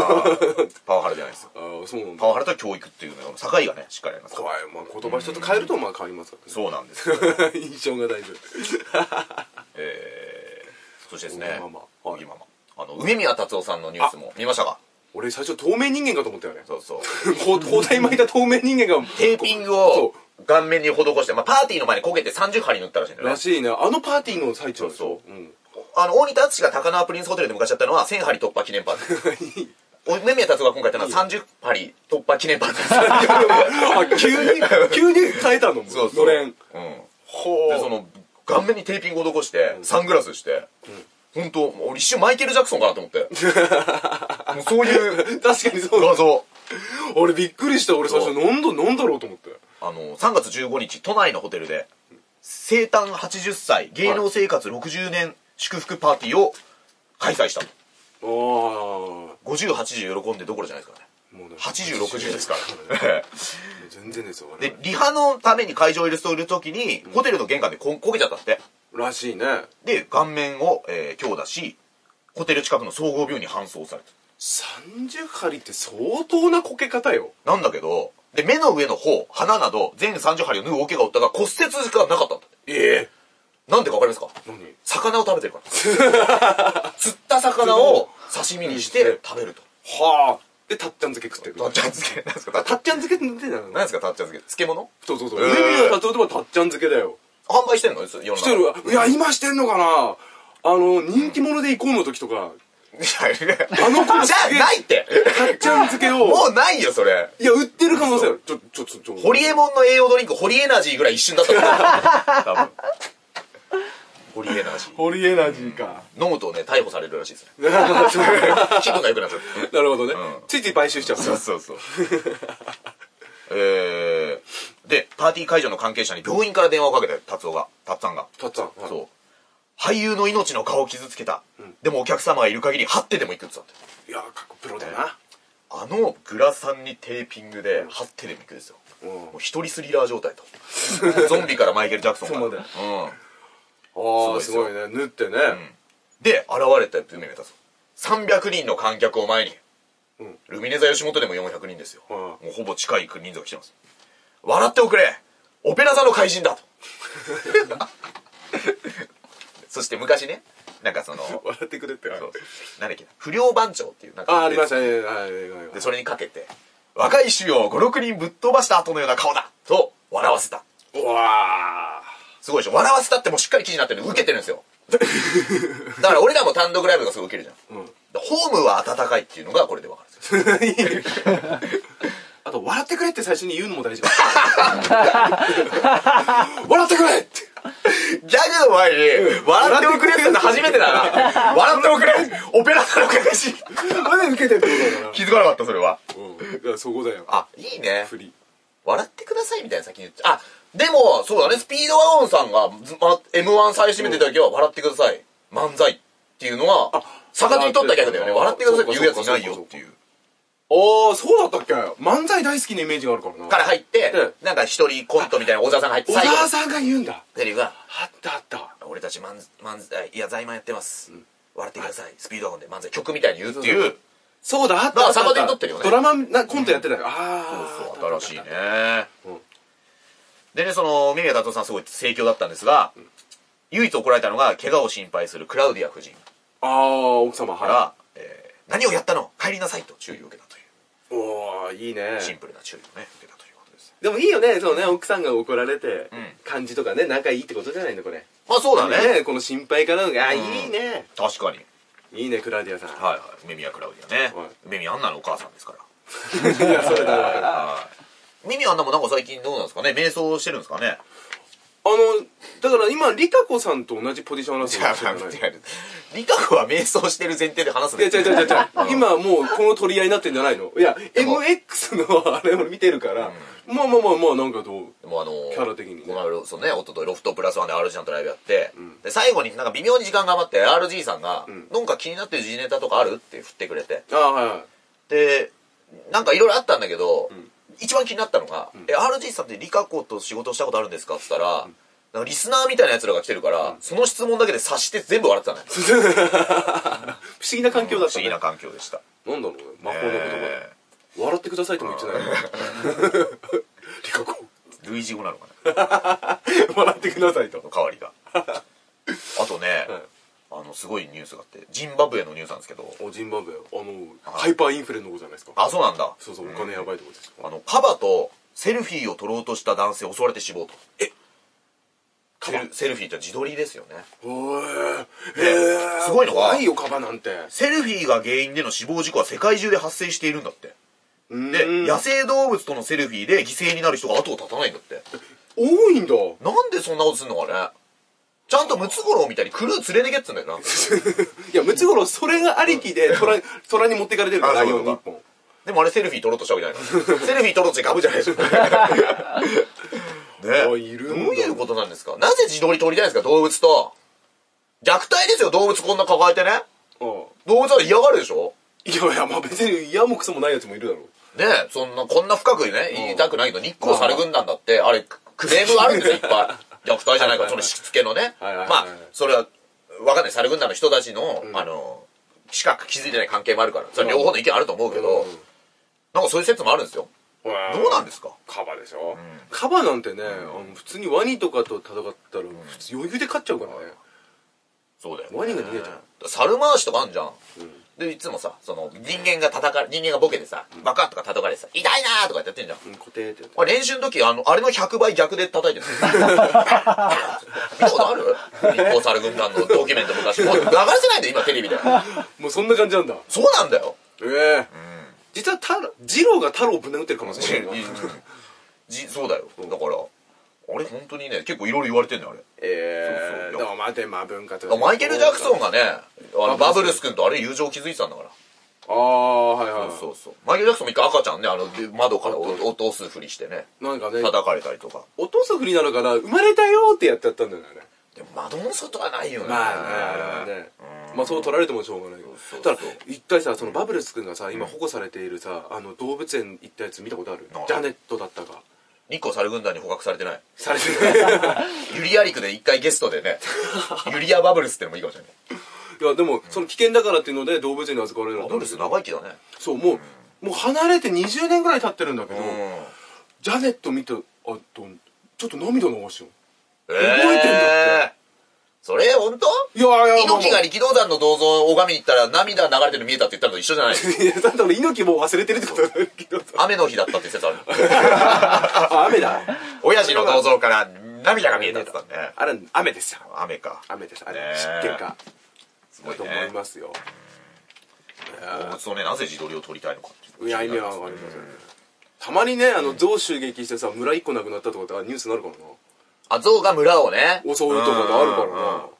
S1: ワハラじゃないですよ。
S2: あーそうなん
S1: パ
S2: だ
S1: ワハラと教育っていうのの境がね、しっかりありますから。
S2: 怖い、まあ、言葉一つ変えるとまあ変わりますからね
S1: そうなんですよ。
S2: 印象が大事
S1: えー、そしてですね、
S2: 小木ママ
S1: 小木ママあの、梅宮達夫さんのニュースも見ましたか
S2: 俺最初透明人間かと思ったよね
S1: そう そう。
S2: 包包帯巻いた透明人間が
S1: テーピングを顔面に施して、まあ、パーティーの前に焦げて30針塗ったらしいんだよ
S2: ら
S1: ね。
S2: しいねあのパーティーの最中でし
S1: そ
S2: ょ、
S1: う
S2: ん、
S1: あの、大仁田敦が高輪プリンスホテルで昔やったのは1000針突破記念パ ーティー。お梅宮達夫が今回やったのは30針突破記念 パーティーです。
S2: あ急に急に変えたのも
S1: そうそう
S2: のれん
S1: うん。
S2: ほ
S1: でその顔面にテーピングを施してサングラスして、本当もう俺一瞬マイケル・ジャクソンかなと思って もうそういう
S2: 確かにそうだ
S1: 画像
S2: 俺びっくりした俺最初なんだなんだろうと思って
S1: あの3月15日都内のホテルで生誕80歳芸能生活60年祝福パーティーを開催した
S2: ああも
S1: 5080喜んでどころじゃないですからね
S2: うね
S1: 8060ですから
S2: 全然ですよ我々
S1: でリハのために会場入れする時にホテルの玄関でこ焦げちゃったって
S2: らしいね
S1: で顔面を、えー強打しホテル近くの総合病院に搬送された
S2: 30針って相当なこけ方よ
S1: なんだけど、で、目の上の方、鼻など、全30針を縫う大怪我を負ったが、骨折がなかったんだって。
S2: ええ
S1: なんでかわかりますか
S2: 何
S1: 魚を食べてる から。釣った魚を刺身にして食べると。
S2: はあでたっちゃん漬け食ってる
S1: たっちゃん漬け。何ですかたっちゃ
S2: た
S1: ん
S2: っちゃん漬けって何て言うんだ
S1: 何
S2: ろ
S1: ですかたっちゃん漬け。漬物
S2: そうそうそう
S1: え
S2: 上
S1: ー
S2: 宮達夫でもたっちゃん漬けだよ
S1: 販売してんの世の中。
S2: してるわいや今してんのかなあの人気者で行こうの時とか
S1: いやいや
S2: あの子
S1: じゃあ、ないって。
S2: たっちゃん漬けを
S1: もうないよ、それ。
S2: いや売ってる可能性あるちょちょちょちょ
S1: ホリエモンの栄養ドリンク、ホリエナジーぐらい一瞬だったもん多分。ホリエナジー。
S2: ホリエナジー か。
S1: 飲むとね、逮捕されるらしいですね
S2: な
S1: 気分が良くなっちゃう。
S2: るほどね
S1: う
S2: ついつい買収しちゃう
S1: そうそうそう。 えー、で、パーティー会場の関係者に病院から電話をかけて、達夫が、達さんが。
S2: たっちゃんはい
S1: そう。俳優の命の顔を傷つけた。でもお客様がいる限り、張ってでも行くって言ってたって。
S2: いやかっこプロだな
S1: あのグラさんにテーピングで、張ってでも行くですよ。
S2: うん
S1: もう一人スリラー状態 と。ゾンビからマイケル・ジャクソン
S2: そう
S1: か
S2: だよ
S1: ら。うん。
S2: ああ
S1: す
S2: す
S1: ご
S2: ご
S1: い
S2: いね縫ってね
S1: で、現れた夢見たぞ。300人の観客を前に。
S2: うん
S1: ルミネ座吉本でも400人ですよ。
S2: うん
S1: もうほぼ近い人数が来てます。笑っておくれオペラ座の怪人だ とそして昔ね、なんかその、そう
S2: 笑ってくれって
S1: そうなんだっけな不良番長っていうなんか
S2: あありましたねはいはいはい
S1: で、それにかけて、若い衆を5、6人ぶっ飛ばした後のような顔だと笑わせた。
S2: うわあ
S1: すごいでしょ笑わせたってもうしっかり記事になってるんで受けてるんです よ。だから俺らも単独ライブがすごい受けるじゃん。
S2: うん
S1: だからホームは温かいっていうのがこれで分かるんですよ
S2: あと、笑ってくれって最初に言うのも大事だ。 笑ってくれって。
S1: ギャグの前に、笑っておくれって言ったの初めてだな。笑っておくれオペラ座の返し
S2: まで受けてるってこ
S1: 気づかなかった、それは。
S2: とだから。うん。だからそこだよ。
S1: あ、いいね。
S2: 振り。
S1: 笑ってくださいみたいな先に言っちゃあ、でも、そうだね、スピードワゴンさんがず、ま、M1 最初めてた時は、笑ってください。漫才っていうのは、逆手に取ったギャグだよね。笑ってくださいって言うやついないよっていう。
S2: ああ、そうだったっけ漫才大好きなイメージがあるからな。
S1: から入って
S2: うん、
S1: なんか一人コントみたいな小沢さんが入って、
S2: 小
S1: 最後
S2: 沢
S1: の
S2: さんが言うんだ。
S1: セリフが、
S2: あったあった。
S1: 俺たち漫漫才、いや、在漫やってます。笑ってください。スピードワゴンで漫才、曲みたいに言うっていう。
S2: そうだ、あっ
S1: だか
S2: たあ
S1: ら
S2: った。
S1: 逆手に取ってるよね
S2: ドラマな、コントやってたよ。ああ。
S1: そうそう新しいね、
S2: うん
S1: でねそのミ宮達夫さんすごい盛況だったんですが、唯一怒られたのが怪我を心配するクラウディア夫人
S2: ああ、奥様、
S1: から、
S2: は
S1: えー何をやったの帰りなさいと注意を受けたという
S2: い。おおいいね。
S1: シンプルな注意をね受けたということです
S2: でもいいよね、そうね、奥さんが怒られて
S1: ん、
S2: 感じとかね、仲いいってことじゃないの、これ。
S1: まあそうだね
S2: ねこの心配からのが、あ、いいね。
S1: 確かに
S2: いいね、クラウディアさん。
S1: はいはい梅宮クラウディアね、
S2: はい
S1: 梅宮アンナのお母さんですから
S2: いや、それだわ かる。あ
S1: はい梅宮アンナもなんか最近どうなんですかね瞑想してるんですかね
S2: の、だから今、リカコさんと同じポジションなんですよ。
S1: リカ子は瞑想してる前提で話す
S2: いや、違う違う違う違う
S1: うん
S2: 今もうこの取り合いになってんじゃないのいや、
S1: も
S2: MX のあれを見てるから、まあまあまあまあ、なんかどう
S1: でもあのー
S2: キャラ的にね
S1: この間そうね、おとといロフトプラスワンで RG さんとライブやって、で、最後になんか微妙に時間が余って RG さんが、なんか気になってる G ネタとかあるって振ってくれて、
S2: ああ、はいはい。
S1: で、なんかいろいろあったんだけど、一番気になったのが「え RG さんってリカ子と仕事したことあるんですか?」っつったら、なんかリスナーみたいなやつらが来てるから、その質問だけで察して全部笑ってたね不
S2: 不思議な環境だっ
S1: 思
S2: たね
S1: 議な環境でした
S2: なんだろうね魔法の言葉で
S1: え
S2: 笑ってくださいとも言ってないよね リカコ
S1: ー類似語なのかな
S2: 笑ってくださいと
S1: の代わ りがあとね、あのすごいニュースがあってジンバブエのニュースなんですけど
S2: おジンバブエあのハイパーインフレのことじゃないですか
S1: あそうなんだ
S2: そうそうお金やばいとこですよ
S1: あのカバとセルフィーを撮ろうとした男性襲われて死亡と
S2: カ
S1: セ
S2: バ
S1: ルセルフィーって自撮りですよね
S2: おー
S1: で
S2: ー
S1: すごいのは
S2: 怖いよカバなんて
S1: セルフィーが原因での死亡事故は世界中で発生しているんだってで
S2: うん
S1: 野生動物とのセルフィーで犠牲になる人が後を絶たないんだって
S2: 多 いんだ
S1: なんでそんなことすんのかねちゃんとムツゴロウみたいにクルー連れてけっつうんだよない
S2: やムツゴロウそれがありきで虎虎に持っていかれてるから
S1: あ
S2: ラ
S1: そ
S2: イ
S1: う
S2: オ
S1: い
S2: ン
S1: う
S2: に
S1: ことか
S2: 一本
S1: でもあれセルフィー撮ろうとしたわけじゃないか らセルフィー撮ろうとしてガブじゃないですよね
S2: あいるんだ
S1: どういうことなんですかなぜ自撮り撮りたいんですか動物と虐待ですよ動物こんな抱えてね
S2: ああ
S1: 動物は嫌がるでしょ
S2: いやいやまあ別に嫌もクソもないやつもいるだろう
S1: ねえそんなこんな深くね言いたくないけど日光猿軍団だってあれクレームあるんですよいっぱい虐待じゃないからそのしつけのね
S2: はいはい
S1: ま
S2: はい
S1: あそれはわかんない猿軍団の人たちの、あのしか気づいてない関係もあるからそれ両方の意見あると思うけど、なんかそういう説もあるんですよ、
S2: ど
S1: どうなんですか
S2: カバでしょ、カバなんてね、あの普通にワニとかと戦ったら普通余裕で勝っちゃうからね、
S1: そうだよ、
S2: ワニが逃げちゃう
S1: 猿回しとかあんじゃん、でいつもさその人間が叩かれ人間がボケてさバカッとか叩かれてさ痛いなーとかってやってんじゃん
S2: うん、固定ってやつ
S1: あ練習の時あのあれの100倍逆で叩いてる見たことある日光猿軍団のドキュメント昔もう流せないんだよ今テレビで
S2: もうそんな感じなんだ
S1: そうなんだよ
S2: ええ実は太郎二郎が太郎をぶん殴ってるかもしれないな
S1: じそうだよだからあれ本当にね結構いろいろ言われてんのよあれ
S2: ええ
S1: そうそう
S2: でもまあでまあ文化と
S1: マイケル・ジャクソンがねあの
S2: バ
S1: バ
S2: ブ
S1: ブ
S2: ル
S1: ルス君とあれ友情を築いてたんだから
S2: ああはいはい
S1: そうそうマイケル・ジャクソンも一回赤ちゃんねあの窓からお落とすふりしてね
S2: なんかね
S1: 叩かれたりとか
S2: お父さん不利なのかな生まれたよってやってやったんだよね
S1: でも窓の外はないよね
S2: まあねあれはねまあそう取られてもしょうがないけど
S1: そう
S2: た
S1: そう
S2: だ一回さそのバブルス君がさ今保護されているさあの動物園行ったやつ見たことある
S1: ない
S2: ジャネットだったか
S1: 日光猿軍団に捕獲されてない
S2: されてない
S1: ユリアリクで一回ゲストでね、ユリアバブルスってのもいいかもしれない。
S2: いやでもその危険だからっていうので動物園に預かられるん
S1: バ
S2: だ
S1: ブルス長生きだね。
S2: そうもうもう離れて20年ぐらい経ってるんだけどジャネット見てあとちょっと涙流しよ
S1: 覚
S2: えてんだ
S1: って。それ、本当
S2: ういやいや
S1: 猪木が力道山の銅像を拝みに行ったら涙流れてるの見えたって言ったのと一緒じゃない
S2: いやだって俺猪木もう忘れてるってことだけ どさ
S1: 雨の日だったって説ある。
S2: あ雨だ
S1: 親父の銅像から涙が見えたって言ったね。
S2: あれ雨ですよ
S1: 雨か。
S2: 雨ですあれ
S1: ねえ
S2: 湿気か
S1: す
S2: だと思いますよ
S1: 動物のね、なぜ自撮りを撮りたいのかってう
S2: いや意味はわかりませんたまにねあの象襲撃してさ村一個なくなったとかってあニュースになるからな
S1: あ、象が村をね。
S2: 襲うとかがあるから
S1: うんうん
S2: な
S1: だか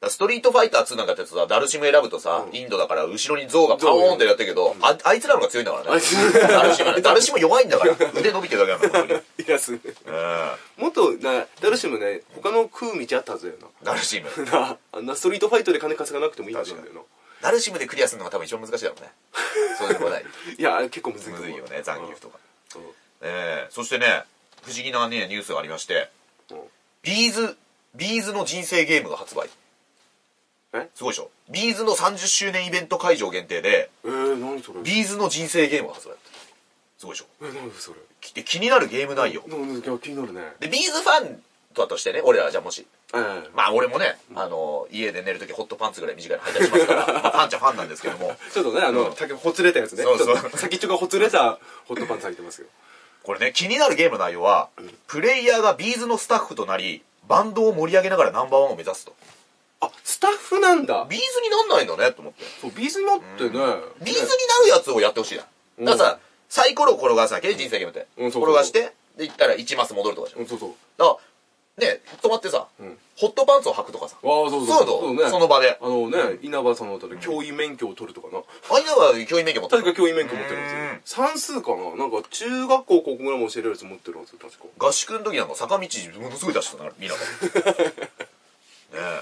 S1: らストリートファイター2なんかってさ、ダルシム選ぶとさ、インドだから後ろに象がパオーンってやってるけど、ああいつらの方が強いんだから
S2: あい
S1: ね
S2: つ。
S1: ダルシムはね、ダルシム弱いんだから。腕伸びてるだけなんだから本
S2: いやす
S1: 当に。うん
S2: もっとなダルシムね他の食う道あったはずだよな
S1: ダルシム。
S2: な あんなストリートファイトで金稼がなくてもいいはずなんだよな
S1: ダルシムでクリアするのが多分一番難しいだろうね。そういうことない。
S2: いやあれ結構むずいと
S1: む
S2: 思う
S1: ずいよね、残業とか。
S2: うん
S1: ええそしてね、不思議なね、ニュースがありまして、
S2: うん
S1: ビーズ、ビーズの人生ゲームが発売。
S2: え
S1: すごいでしょビーズの30周年イベント会場限定で、
S2: えー何それえ
S1: ビーズの人生ゲームが発売。すごいでしょ
S2: 何それ
S1: きで気になるゲーム内容。
S2: なんか気になるね
S1: で、ビーズファンだとしてね、俺らじゃあもし、
S2: ええ
S1: まあ俺もね、あの、家で寝るときホットパンツぐらい短いの履いたりしますから、まあファンちゃファンなんですけども、
S2: ちょっとね、あの、先ほつれたやつね。
S1: そうそう
S2: ちょっと先っちょがほつれたホットパンツ履いてますけど。
S1: これね、気になるゲームの内容は、プレイヤーがビーズのスタッフとなり、バンドを盛り上げながらナンバーワンを目指すと。
S2: あ、スタッフなんだ。
S1: ビーズになんないんだね、と思って。
S2: そう、ビーズになってね。
S1: ビーズになるやつをやってほしいな。だからさ、サイコロを転がすだけで人生ゲームって。
S2: うんそうそうそう
S1: 転がして、で、行ったら1マス戻るとかじゃん。
S2: うん、そうそう。
S1: だから、ね、止まってさ、
S2: ん
S1: ホットパンツを履くとかさ、
S2: ああ、そうそう。
S1: そうそうその場で
S2: あのね、稲葉さんのあたり、教員免許を取るとかな。
S1: あいなは教員免許持って
S2: 確
S1: る
S2: か教員免許持ってるんですよ
S1: うん。
S2: 算数かななんか、中学校、高校ぐらいも教えるやつ持ってるんですよ、確か。
S1: 合宿の時なんか坂道ものすごい出してたなみんながねえ
S2: へえ。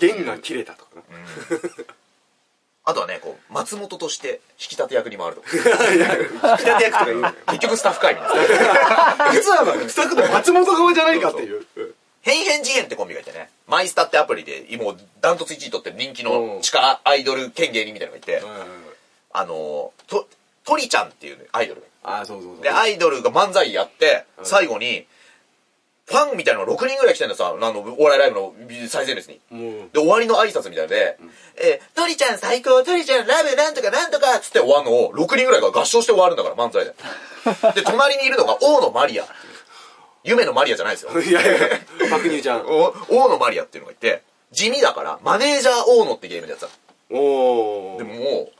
S2: 弦が切れたとかな。
S1: ああとはね、こう、松本として引き立て役に回るとか。
S2: いや引き立て役とか言うのよ
S1: 結局スタッフ会みたいな。
S2: 実はまあスタッフの松本側じゃないかっていう
S1: 変変次元ってコンビがいてね、マイスタってアプリで、もうダントツ1位取ってる人気の地下アイドル兼芸人みたいなのがいて、あの、と、トリちゃんっていうねアイドルがいて
S2: ああそうそうそう
S1: で、アイドルが漫才やって、最後に、ファンみたいなの6人ぐらい来てんのさ、あの、お笑いライブの最前列に。
S2: もう
S1: で、終わりの挨拶みたいで、えー、トリちゃん最高、トリちゃんラブなんとかなんとかっつって終わるのを、6人ぐらいが合唱して終わるんだから、漫才で。 で、隣にいるのが、王のマリアっていう。夢のマリアじゃないですよ。
S2: いやいやいや白乳ちゃん
S1: お王のマリアっていうのがいて、地味だから、マネージャー王のってゲームのやつだ。
S2: おお
S1: でもも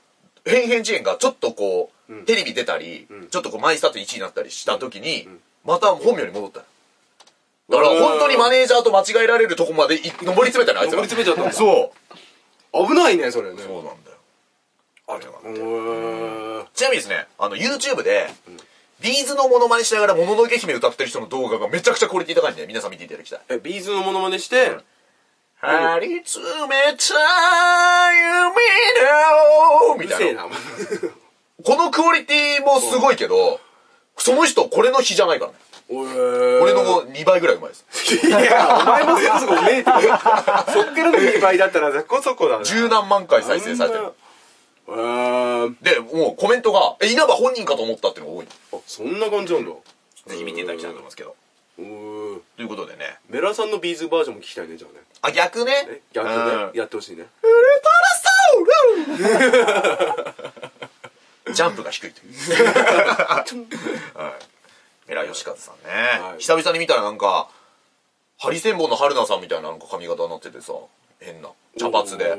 S1: う、変変遅延がちょっとこう、
S2: ん
S1: テレビ出たり、
S2: ん
S1: ちょっとこう、マイスタート1位になったりした時に、また本名に戻ったよだから本当にマネージャーと間違えられるとこまでい上り詰めたね、あいつら。
S2: 上り詰めちゃったんだ
S1: そう。
S2: 危ないねそれね
S1: そうなんだよ。あれが
S2: うーん
S1: ちなみにですね、あの、YouTube で、ビーズのモノマネしながら、もののけ姫歌ってる人の動画がめちゃくちゃクオリティ高いんで、皆さん見ていただきたい。
S2: えビーズのモノマネして
S1: 張り詰めた夢のみ
S2: うる
S1: た
S2: せ
S1: い
S2: え
S1: な。
S2: な
S1: このクオリティもすごいけど、その人、これの比じゃないからね。
S2: おえ
S1: 俺の2倍ぐらいうまいです。
S2: いやお前もそこそこ見えてるそっからの2倍だったらそこそこだな
S1: 十何万回再生されてる。
S2: あんなえー
S1: で、もうコメントが、え、稲葉本人かと思ったっていうのが多い。
S2: あそんな感じなんだ
S1: ぜひ見ていただきたいと思いますけど。
S2: うー
S1: ということでね。
S2: メラさんのビーズバージョンも聞きたいねじゃあね
S1: あ、逆ね。
S2: え逆に
S1: うん
S2: ねやってほしいね
S1: ジャンプが低いという。はい。偉い吉和さんね、
S2: はい
S1: 久々に見たらなんか、ハリセンボンの春菜さんみたいななんか髪型になっててさ、変な。茶髪で。
S2: おーお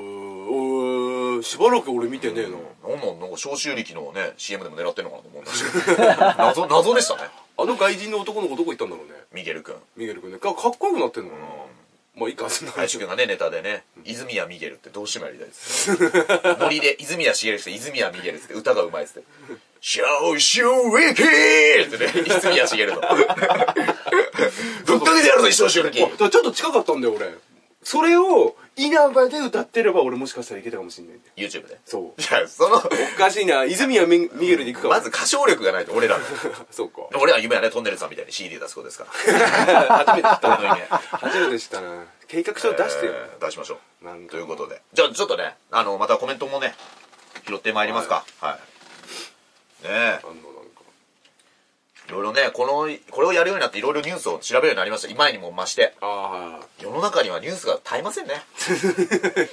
S2: ーしばらく俺見てねえな
S1: なんなん、なんか消臭力のね、CM でも狙ってんのかなと思うんだけど。 謎、謎でしたね。
S2: あの外人の男の子どこ行ったんだろうね
S1: ミゲル君。
S2: ミゲル君ねかかっこよくなってんのかなまあいい かそんな
S1: 林君がね、ネタでね、泉谷ミゲルってどうしてもやりたいです。 ノリで、泉谷しげるして、泉谷ミゲルって歌がうまいっつって。消臭力ってね、泉谷しげる と。ぶっかけてやるぞ、消臭力
S2: あだからちょっと近かったんだよ俺それを稲葉で歌ってれば俺もしかしたらいけたかもしんないんだよ
S1: YouTube で。
S2: そう
S1: いや、その、
S2: おかしいな泉谷ミミゲルで行くか
S1: まず歌唱力がないと俺らの。
S2: そうか
S1: 俺ら夢はね、トンネルズさんみたいに CD 出すことですから。
S2: 初めて知った
S1: 本当にね。
S2: 初めて知ったな計画書出してよ
S1: えー出しましょ
S2: な。
S1: うん
S2: か
S1: ということで。じゃあちょっとね、あの、またコメントもね、拾ってまいりますか。はい。ねえ
S2: あ。のなんか
S1: いろいろね、この、これをやるようになっていろいろニュースを調べるようになりました。前にも増して。
S2: あ
S1: 世の中にはニュースが絶えま せんね。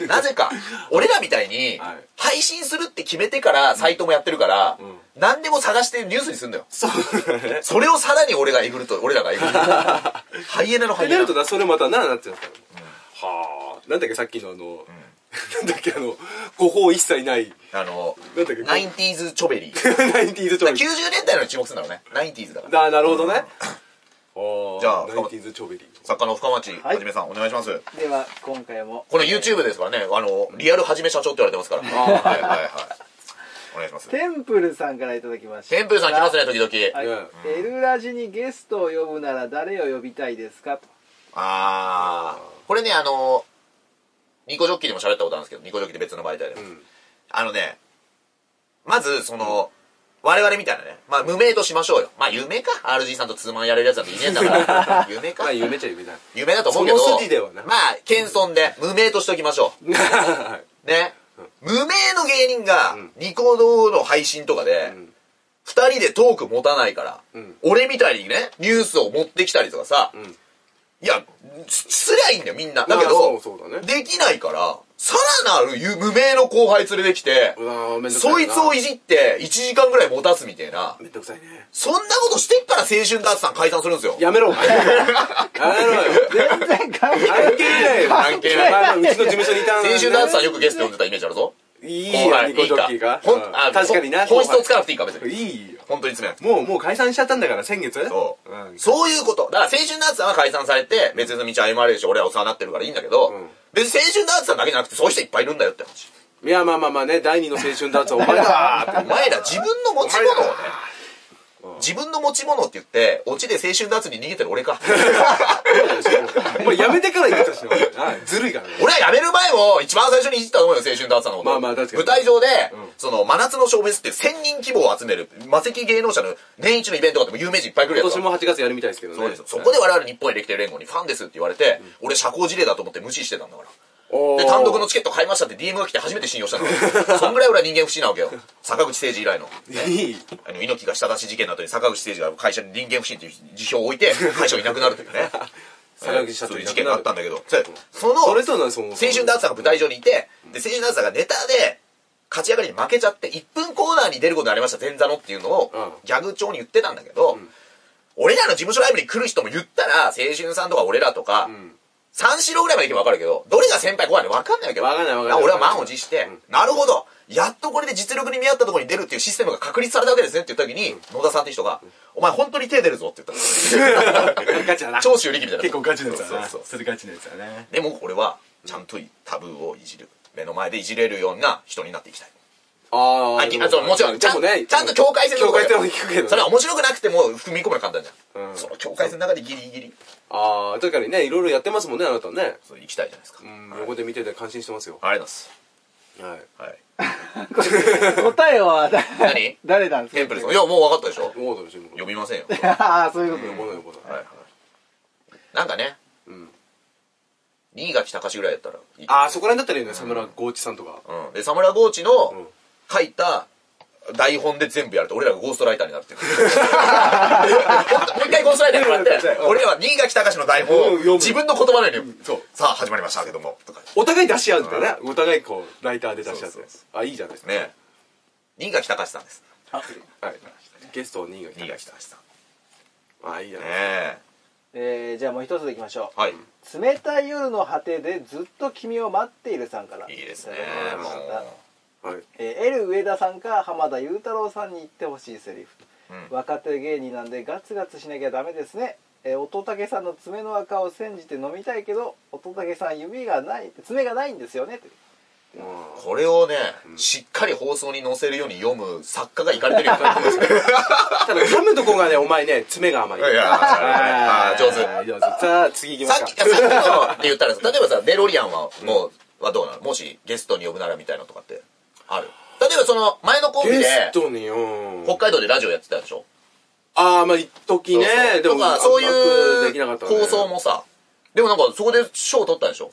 S1: なぜか。俺らみたいに
S2: はい、
S1: 配信するって決めてから、サイトもやってるから、
S2: ん
S1: 何でも探してニュースにするんだよ。
S2: あそうだね
S1: それをさらに俺がえぐると、俺らがえぐ ると。ハイエナのハ
S2: って
S1: イエ
S2: な
S1: ナ
S2: ると。なそれまたななっちゃうからねはあなんだっけさっきのあの、なんだっけあの誤報一切ない
S1: あの、
S2: なんだっけ
S1: ナインティーズチョベリー。90
S2: 90s チョベリー
S1: 年代のに注目するんだろうね。ナインティーズだから。
S2: あなるほどねあ
S1: じゃあ
S2: ナインティーズチョベリー
S1: 作家の深町
S3: はい
S1: はじめさん、お願いします。
S3: では今回も
S1: この YouTube ですからね、あの、リアルはじめ社長って言われてますから。
S2: あ
S1: はいはいはい。お願いします。
S3: テンプルさんからいただきました
S1: テンプルさん来ますね、時々。
S3: はい
S2: ね
S3: 「エルラジにゲストを呼ぶなら誰を呼びたいで すか?」と
S1: あー。これね、あの、ニコジョッキーでも喋ったことあるんですけど、ニコジョッキーで別の媒体でも。
S2: ん
S1: あのね、まず、その、我々みたいなね、まあ無名としましょうよ。まあ夢か。RG さんとツーマンやれるやつだっていねえんだ から。夢か
S2: まあ。夢ちゃ夢だ
S1: 夢だと思うけど、
S2: その筋ではな
S1: まあ、謙遜で、無名としておきましょ。
S2: はいう
S1: ね。無名の芸人が、ニコ動の配信とかで、
S2: ん
S1: 二、人でトーク持たないから、
S2: ん
S1: 俺みたいにね、ニュースを持ってきたりとかさ、
S2: ん
S1: いや、すすりゃいいんだよ、みんな。だけ
S2: ま
S1: ど
S2: あ、そうそうだね
S1: できないから、さらなるゆ無名の後輩連れてきて
S2: う、わーめんどくさいな
S1: そいつをいじって1時間ぐらい持たすみたいな、
S2: めんどくさいね
S1: そんなことしてっから青春ダーツさん解散するんですよ。
S2: やめろやめろよ
S3: 全然関係ない
S2: 関係ないよ
S1: 関係ない
S2: まあまあうちの事務所にいたんだね
S1: 青春ダーツさんよくゲスト呼んでたイメージあるぞ。
S2: いい
S1: 後
S2: よ
S1: 輩
S2: ニコジョッキーが
S1: いいかほん
S2: うん
S1: あ
S2: 確かにな
S1: ほ本質をつ
S2: 使
S1: かなくていいか別に
S2: いいよ
S1: 本当に詰めなくて
S2: もうもう解散しちゃったんだから先月
S1: そう、
S2: うん
S1: そういうことだから青春ダーツさんは解散されて別々の道歩まれるし俺はお世話になってるからいいんだけど、
S2: ん
S1: 別に青春ダーツさんだけじゃなくてそういう人いっぱいいるんだよって話
S2: いやまあまあまあね第二の青春ダーツはお前だ
S1: お前ら自分の持ち物をね自自分の持ち物って言って、オチで青春脱に逃げてる俺 か。
S2: お前やめてから言ってたしなお前なずるいからね
S1: 俺は辞める前も一番最初にいじったと思うよ、青春ダーツさんのこと。
S2: まあまあ確かに
S1: 舞台上で、
S2: うん
S1: その、真夏の消滅って1000人規模を集める、魔石芸能者の年一のイベントがあっても有名人いっぱい来る
S2: 今
S1: やつだ
S2: 年も8月やるみたいですけどね
S1: そうですよ。そこで我々日本エレキテル連合にファンですって言われて、俺社交辞令だと思って無視してたんだから。
S2: おー
S1: で、単独のチケット買いましたって DM が来て初めて信用した の。そんぐらい俺は人間不信なわけよ。坂口誠二以来の。
S2: いい
S1: あの、猪木が下出し事件の後に坂口誠二が会社に人間不信という辞表を置いて、会社をいなくなるというね。
S2: 坂口社長
S1: そうい
S2: いうな
S1: 事
S2: く
S1: 件が
S2: な
S1: あ
S2: る
S1: ったんだけど、それその、
S2: それとなその
S1: 青春ダンサーが舞台上にいて、で、青春ダンサーがネタで、勝ち上がりに負けちゃって、1分コーナーに出ることになりました、前座のっていうのを
S2: うん、
S1: ギャグ調に言ってたんだけど、俺らの事務所ライブに来る人も言ったら、青春さんとか俺らとか、三四郎ぐらいまで行けば分かるけど、どれが先輩後輩で分かんないわけど、
S2: 分かんない分かんない
S1: 俺は満を持して、なるほど、やっとこれで実力に見合ったところに出るっていうシステムが確立されたわけですねって言った時に、野田さんって人が、お前本当に手出るぞって言ったの
S2: ガ チだな
S1: 長州力みたいな。
S4: 結構ガチなやつ
S1: そう
S4: だな
S1: そうそう
S4: それガチなやつだね
S1: でも俺はちゃんとタブーをいじる目の前でいじれるような人になっていきたい
S2: あ
S1: あ
S2: ー
S1: き
S2: で
S1: あそうもちろんち
S2: で
S1: ゃん,、
S2: もね
S1: ちゃんと境界線の
S2: 境
S1: とこ
S2: 界
S1: よ
S2: 線を引くけど
S1: それ
S2: ね
S1: は面白くなくても踏み込むの簡単じゃん、
S2: うん
S1: その境界線の中でギリギリ
S2: ああ確かにねいろいろやってますもんねあなたね
S1: そう行きたいじゃないですか、
S2: うん横で見てて感心してますよ
S1: ありがとうございます
S2: はい
S1: はい
S3: 答えはだ
S1: 何
S3: 誰なんですか
S1: テンプルさんいやもう分かったでしょ
S2: おおどうしよう
S1: 呼びませんよ
S3: ああそういうこと、
S2: 横の横だ
S1: はいなんかね
S2: うん
S1: 新垣隆ぐらいだったらいい
S2: ああそこら辺だったらいいね沢村豪一さんとか
S1: うん、で、サムラゴーチ
S2: う
S1: の
S2: ん
S1: 書いた台本で全部やると、俺らがゴーストライターになるっていう。もう一回ゴーストライターになって、俺らは新垣隆の台本
S2: うん読
S1: を
S2: む
S1: 自分の言葉のように、
S2: そう
S1: さあ始まりましたけども、とか
S2: お互い出し合うんだよねお互いこうライターで出し合ってあいいじゃないですか
S1: ね。新垣隆さんです。
S2: はいゲスト2位が来
S1: 新垣隆さん。
S2: たあいいじゃ
S1: ね
S2: ない
S1: え。
S3: えーじゃあもう一つでいきましょう、
S1: はい。
S3: 冷たい夜の果てでずっと君を待っているさんから
S1: いいですね
S3: ただき。ま
S1: も
S3: した
S2: はい
S3: えー、L 上田さんか浜田雄太郎さんに言ってほしいセリフ
S1: う
S3: 若手芸人なんでガツガツしなきゃダメですね、えー、乙武さんの爪の赤を煎じて飲みたいけど乙武さん指がない爪がないんですよねという
S1: う、これをね、しっかり放送に載せるように読む作家がいかれてるようになってますね
S2: ただ噛むとこがねお前ね爪が甘い
S1: いやいや、あー上手。
S2: 上手さあ次行きま
S1: さ
S2: す
S1: っ
S2: か
S1: き、さっきのって言ったらさ、例えばさ、デロリアンはもう、はどうなのもしゲストに呼ぶならみたいなのとかって、ある例えばその、前のコンビ
S2: ゲ
S1: で、
S2: ストにうん
S1: 北海道でラジオやってたでしょ
S2: ああまあ一時
S1: そ
S2: ね
S1: うそう
S2: でも
S1: とか、そう
S2: うまくできなか
S1: い
S2: っ
S1: う
S2: たね
S1: 構想もさ、でもなんかそこで賞取ったでしょ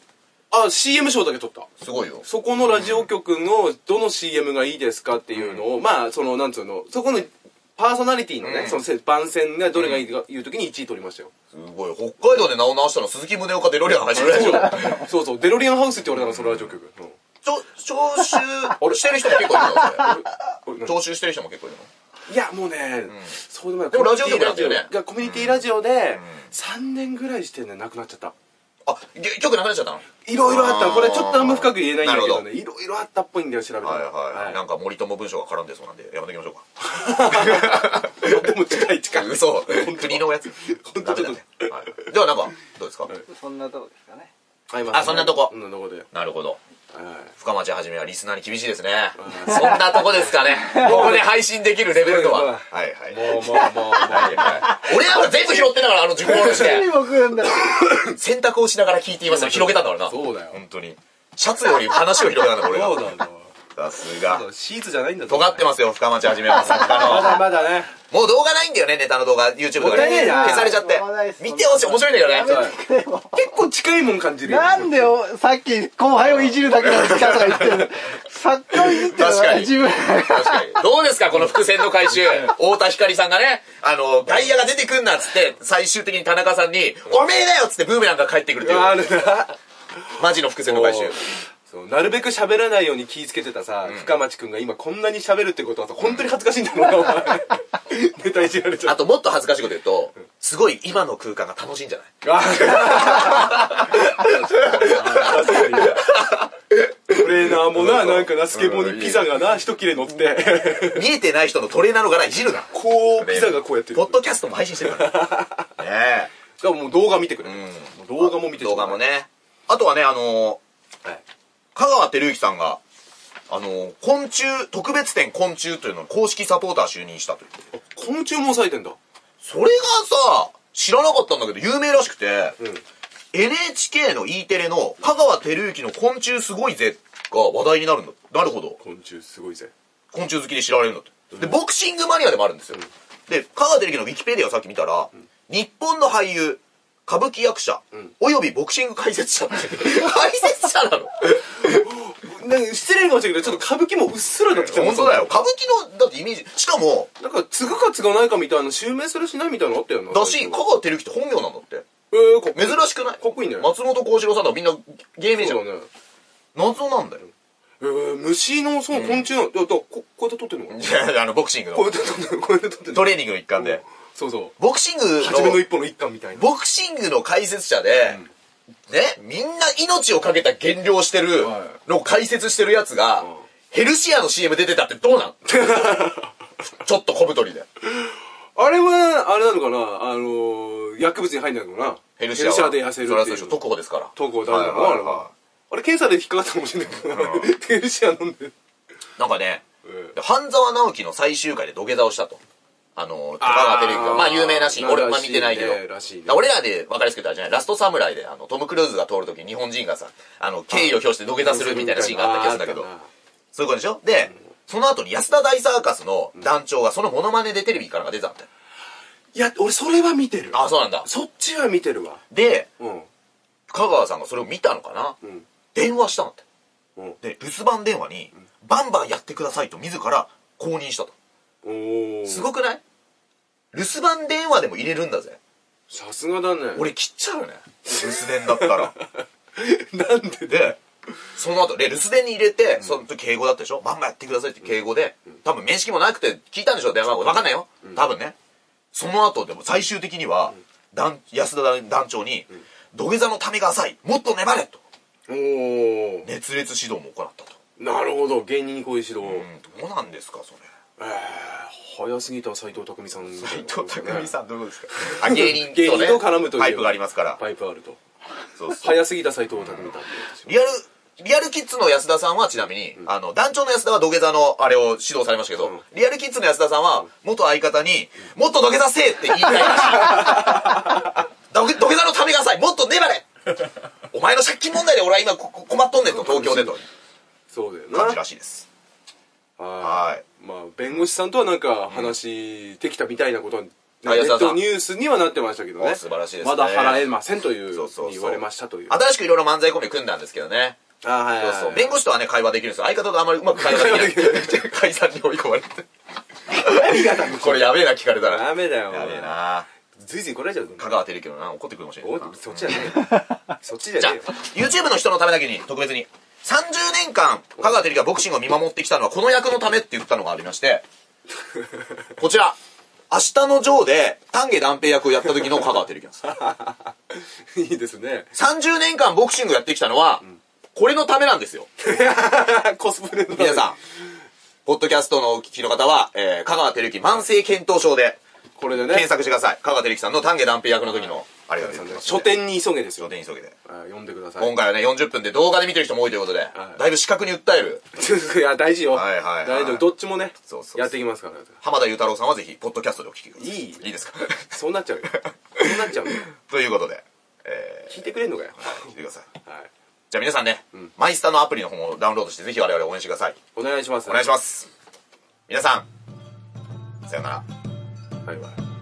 S2: あ CM 賞だけ取った
S1: すごいよ。
S2: そこのラジオ局のどの CM がいいですかっていうのを、まあそのなんつうのそこのパーソナリティのね、
S1: うん
S2: そのせ番宣がどれがいいかいう時に1位取りましたよ、
S1: すごい。北海道で名を直したの鈴木宗岡デロリアン始めたでし
S2: そ
S1: ょ
S2: うだそうそうデロリアンハウスって言われたのそのラジオ局、うん
S1: ちょ徴収してる人も結構いるの
S2: 俺
S1: それ徴収してる人も結構いるの
S2: いやもうね、そうでもない
S1: でもラジオ局なんだよね
S2: コミュニティラジオがコミュニティラジオで3年ぐらいしてねなくなっちゃった
S1: あ、結局なくなっちゃったの
S2: いろいろあったこれちょっとあんま深く言えないんだけ
S1: なる
S2: ど
S1: ほど
S2: ねいろいろあったっぽいんだよ調べたら
S1: はいはい。なん
S2: い
S1: か森友文章が絡んでそうなんで、やめときましょうか。
S2: で も近い近い
S1: 嘘国のやつ
S2: 本
S1: ダ
S2: 当
S1: メ
S2: ち
S1: だ
S2: ょっ
S1: ね、はい、ではなんかどうですか、
S3: そんなとこですかね
S2: はい
S1: あそんなとこ
S2: そんなとこではい
S1: なるほど深町はじめはリスナーに厳しいですね
S2: う
S1: そんなとこですか ねここで配信できるレベルと
S2: そう
S1: は
S2: だ
S1: はいはい
S2: もうもうもうもう
S1: 俺なんか全部拾ってんだからあの受講をし
S3: 何
S1: て
S3: も来るんだ
S1: 洗濯をしながら聞いていました広げたんだからな
S2: そうだよ
S1: 本当にシャツより話を広げたんだ俺
S2: そう
S1: が
S2: なんだ
S1: さすが
S2: シーツじゃないんだ
S1: 尖ってますよ深町はじめ は作家
S2: ま
S1: の
S2: だまだね
S1: もう動画ないんだよねネタの動画 YouTube と
S2: も
S1: か
S2: ったいねえ
S1: で
S2: な
S1: 消されちゃって見てほしい面白いんだけどね
S3: やめてくれよ
S2: 結構近いもん感じるよ
S3: なんでおさっき後輩をいじるだけの時間とか言ってる の作家をいじってるの
S1: 確か
S3: は
S1: に
S3: 自分
S1: 確かに。どうですかこの伏線の 回収。太田光さんがね、あの、外野が出てくんなっつって、最終的に田中さんに、おめえだよっつってブーメランが帰ってくるっていう。
S2: あるな
S1: マジの伏線の回収。
S2: そうなるべく喋らないように気ぃつけてたさ、深町くんが今こんなに喋るってことはさ本当に恥ずかしいんだろう なお前ネタいじられちゃ
S1: あ
S2: う
S1: ともっと恥ずかしいこと言うと、すごい今の空間が楽しいんじゃない
S2: 確かになトレーナーもななんかなスケボーにピザがな一切れ乗って
S1: 見えてない人のトレーナーの柄いじるな。
S2: こうピザがこうやってる
S1: ポッドキャストも配信してるから。 ね
S2: だからもう動画見てくれ、
S1: う
S2: 動画も見て
S1: 動画もね。あとはね、あの
S2: はい、
S1: 香川照之さんが、ああの、昆虫、特別展昆虫というのを公式サポーター就任したという。
S2: 昆虫も咲いてんだ
S1: それがさ、知らなかったんだけど、有名らしくて、
S2: うん
S1: NHK の E テレの香川照之の昆虫すごいぜが話題になるんだって。なるほど。
S2: 昆虫すごいぜ
S1: 昆虫好きで知られるんだって。で、ボクシングマニアでもあるんですよ。で、香川照之のウィキペディアをさっき見たら、日本の俳優、歌舞伎役者、およびボクシング解説者って。解説者 なの
S2: なんか失礼かもしれないけどちょっと歌舞伎もうっすらだって
S1: 本当だよ。歌舞伎の、だってイメージ、しかも、
S2: なんか継ぐか継がないかみたいな襲名するしないみたいなのあったよな
S1: だし、
S2: 最
S1: 香
S2: 初
S1: 川照之って本名なんだって。
S2: えー、かっこいい
S1: 珍しくない
S2: かっこいいね
S1: 松本幸四郎さんとかみんな芸名じゃ
S2: そ
S1: ん。
S2: うだね
S1: 謎なんだよ。
S2: えー、虫のその昆虫の、いやだからここうやって撮ってんのかない
S1: や、 あの、ボクシング
S2: こう
S1: の
S2: やって撮ってんのこうやって撮ってんの
S1: トレーニングの一環で。
S2: そうそう
S1: ボクシング
S2: 初めの
S1: の、
S2: 一歩の一環みたいな
S1: ボクシングの解説者で、ね、みんな命をかけた減量してる
S2: は
S1: のを解説してるやつが
S2: ん、
S1: ヘルシアの CM 出てたってどう なんちょっと小太りで。
S2: あれはあれなのかなあのー、薬物に入んないのかな
S1: ヘルシアは。
S2: で痩せる
S1: そ
S2: っ
S1: ら
S2: て
S1: そうで
S2: い
S1: しょ、
S2: う
S1: 特報ですから。
S2: 投稿だ
S1: はい
S2: ろ
S1: は
S2: うなあ
S1: い
S2: れ
S1: は
S2: はあれ検査で引っかかったかもしれないけどなヘルシア飲んで
S1: い。なんかね、
S2: え
S1: で半沢直樹の最終回で土下座をしたと。あの、高川照之
S2: あ
S1: が、
S2: ー
S1: まあ有名なシーン、俺
S2: らしいね
S1: まあ見てないけど。
S2: らしいね
S1: だから俺らで分かりやすく言ったらじゃない、ラストサムライで、あの、トム・クルーズが通るとき日本人がさ、あの、敬意を表して土下座するみたいなシーンがあった気がするんだけど
S2: ああっ、
S1: そういうことでしょで、その後に安田大サーカスの団長がそのモノマネでテレビから出てたんだよ。
S2: たないや俺それは見てる
S1: あ、そうなんだ。
S2: そっちは見てるわ
S1: で、
S2: うん
S1: 香川さんがそれを見たのかな、
S2: ん
S1: 電話したんだって。
S2: うん
S1: で、留守番電話に、バンバンやってくださいと自ら公認したと。
S2: おお
S1: すごくない留守番電話でも入れるんだぜ。
S2: さすがだね
S1: 俺切っちゃうよね。留守電だったら。
S2: なんでだ
S1: で、その後、で、留守電に入れて、その時敬語だったでしょバンバンやってくださいって敬語で、多分面識もなくて聞いたんでしょ電話番号。わかんないよ。多分ね。その後、でも最終的には、団安田団長に、土下座のためが浅い。もっと粘れと。
S2: おお
S1: 熱烈指導も行ったと。
S2: なるほど芸人にこういう指導
S1: うん、どうなんですか、それ。
S2: えー早すぎた斎藤工さん斎ん
S1: ん、どういうことですかあ、芸人
S2: 芸人と絡むという
S1: パイプがありますから。
S2: パイプあると
S1: そうそう。
S2: 早すぎた斎藤工だって私は
S1: リアル、リアルキッズの安田さんはちなみに、あの、団長の安田は土下座のあれを指導されましたけど、
S2: うん
S1: リアルキッズの安田さんは、元相方に、もっと土下座せえって言いたいらしい。 土下土下座のためがさいもっと粘れお前の借金問題で俺は今ここ困っとんねんと、東京でと。
S2: そうだよな
S1: 感じらしいです。は
S2: はいいまあ弁護士さんとはなんか話できたみたいなことはね
S1: あ
S2: ネ
S1: 安田
S2: ッ
S1: さん
S2: トニュースにはなってましたけどね
S1: あ素晴らしいですね
S2: まだ払えませんという
S1: そうそうそう
S2: に言われましたという
S1: 新しくいろいろ漫才コンビ組んだんですけどね。
S2: あはい
S1: そうそう。弁護士とはね、会話できるんですよ。相方とあまりうまく会話できない。解散に追い込まれて。 これやべえな、聞かれたら。
S2: ダメだよ
S1: やべえな。
S2: ずいずい来られちゃうぞ
S1: 香川照之のな、怒ってくるかもしれない
S2: おい
S1: な。
S2: そっちじゃねえ よそっちじゃ
S1: じゃ
S2: ねえよ
S1: あ、YouTube の人のためだけに、特別に、30年間、香川照之がボクシングを見守ってきたのは、この役のためって言ったのがありまして、こちら、明日のジョーで、丹下断平役をやった時の香川照之なんです。
S2: いいです ね
S1: 30年間ボクシングをやってきたのは、これのためなんですよ。
S2: コスプレの
S1: 皆さん、ポッドキャストのお聞きの方は、えー、香川照之慢性検討症で、
S2: これでね
S1: 検索してください。香川照之さんの丹下断平役の時の、ありがとうございます。
S2: 書店に急げですよ
S1: 書店急げで。
S2: あ読んでください
S1: 今回はね、40分で動画で見てる人も多いということで、
S2: はい
S1: だいぶ視覚に訴える。
S2: いや大事よ
S1: はいはいはい
S2: 大事よどっちもね
S1: そうそう そう
S2: やっていきますから
S1: 浜田雄太郎さんはぜひ、ポッドキャストでお聞きください。
S2: いい
S1: いいですか
S2: そうなっちゃうよそうなっちゃうよ
S1: ということで、え
S2: 聞いてくれんのかよ
S1: ー、聞いてください。
S2: はい
S1: じゃあ皆さんね、マイスタのアプリの方もダウンロードして、ぜひ我々応援してください。
S2: お願いします
S1: お願いします。皆さん、さようなら。
S2: ますバイバイ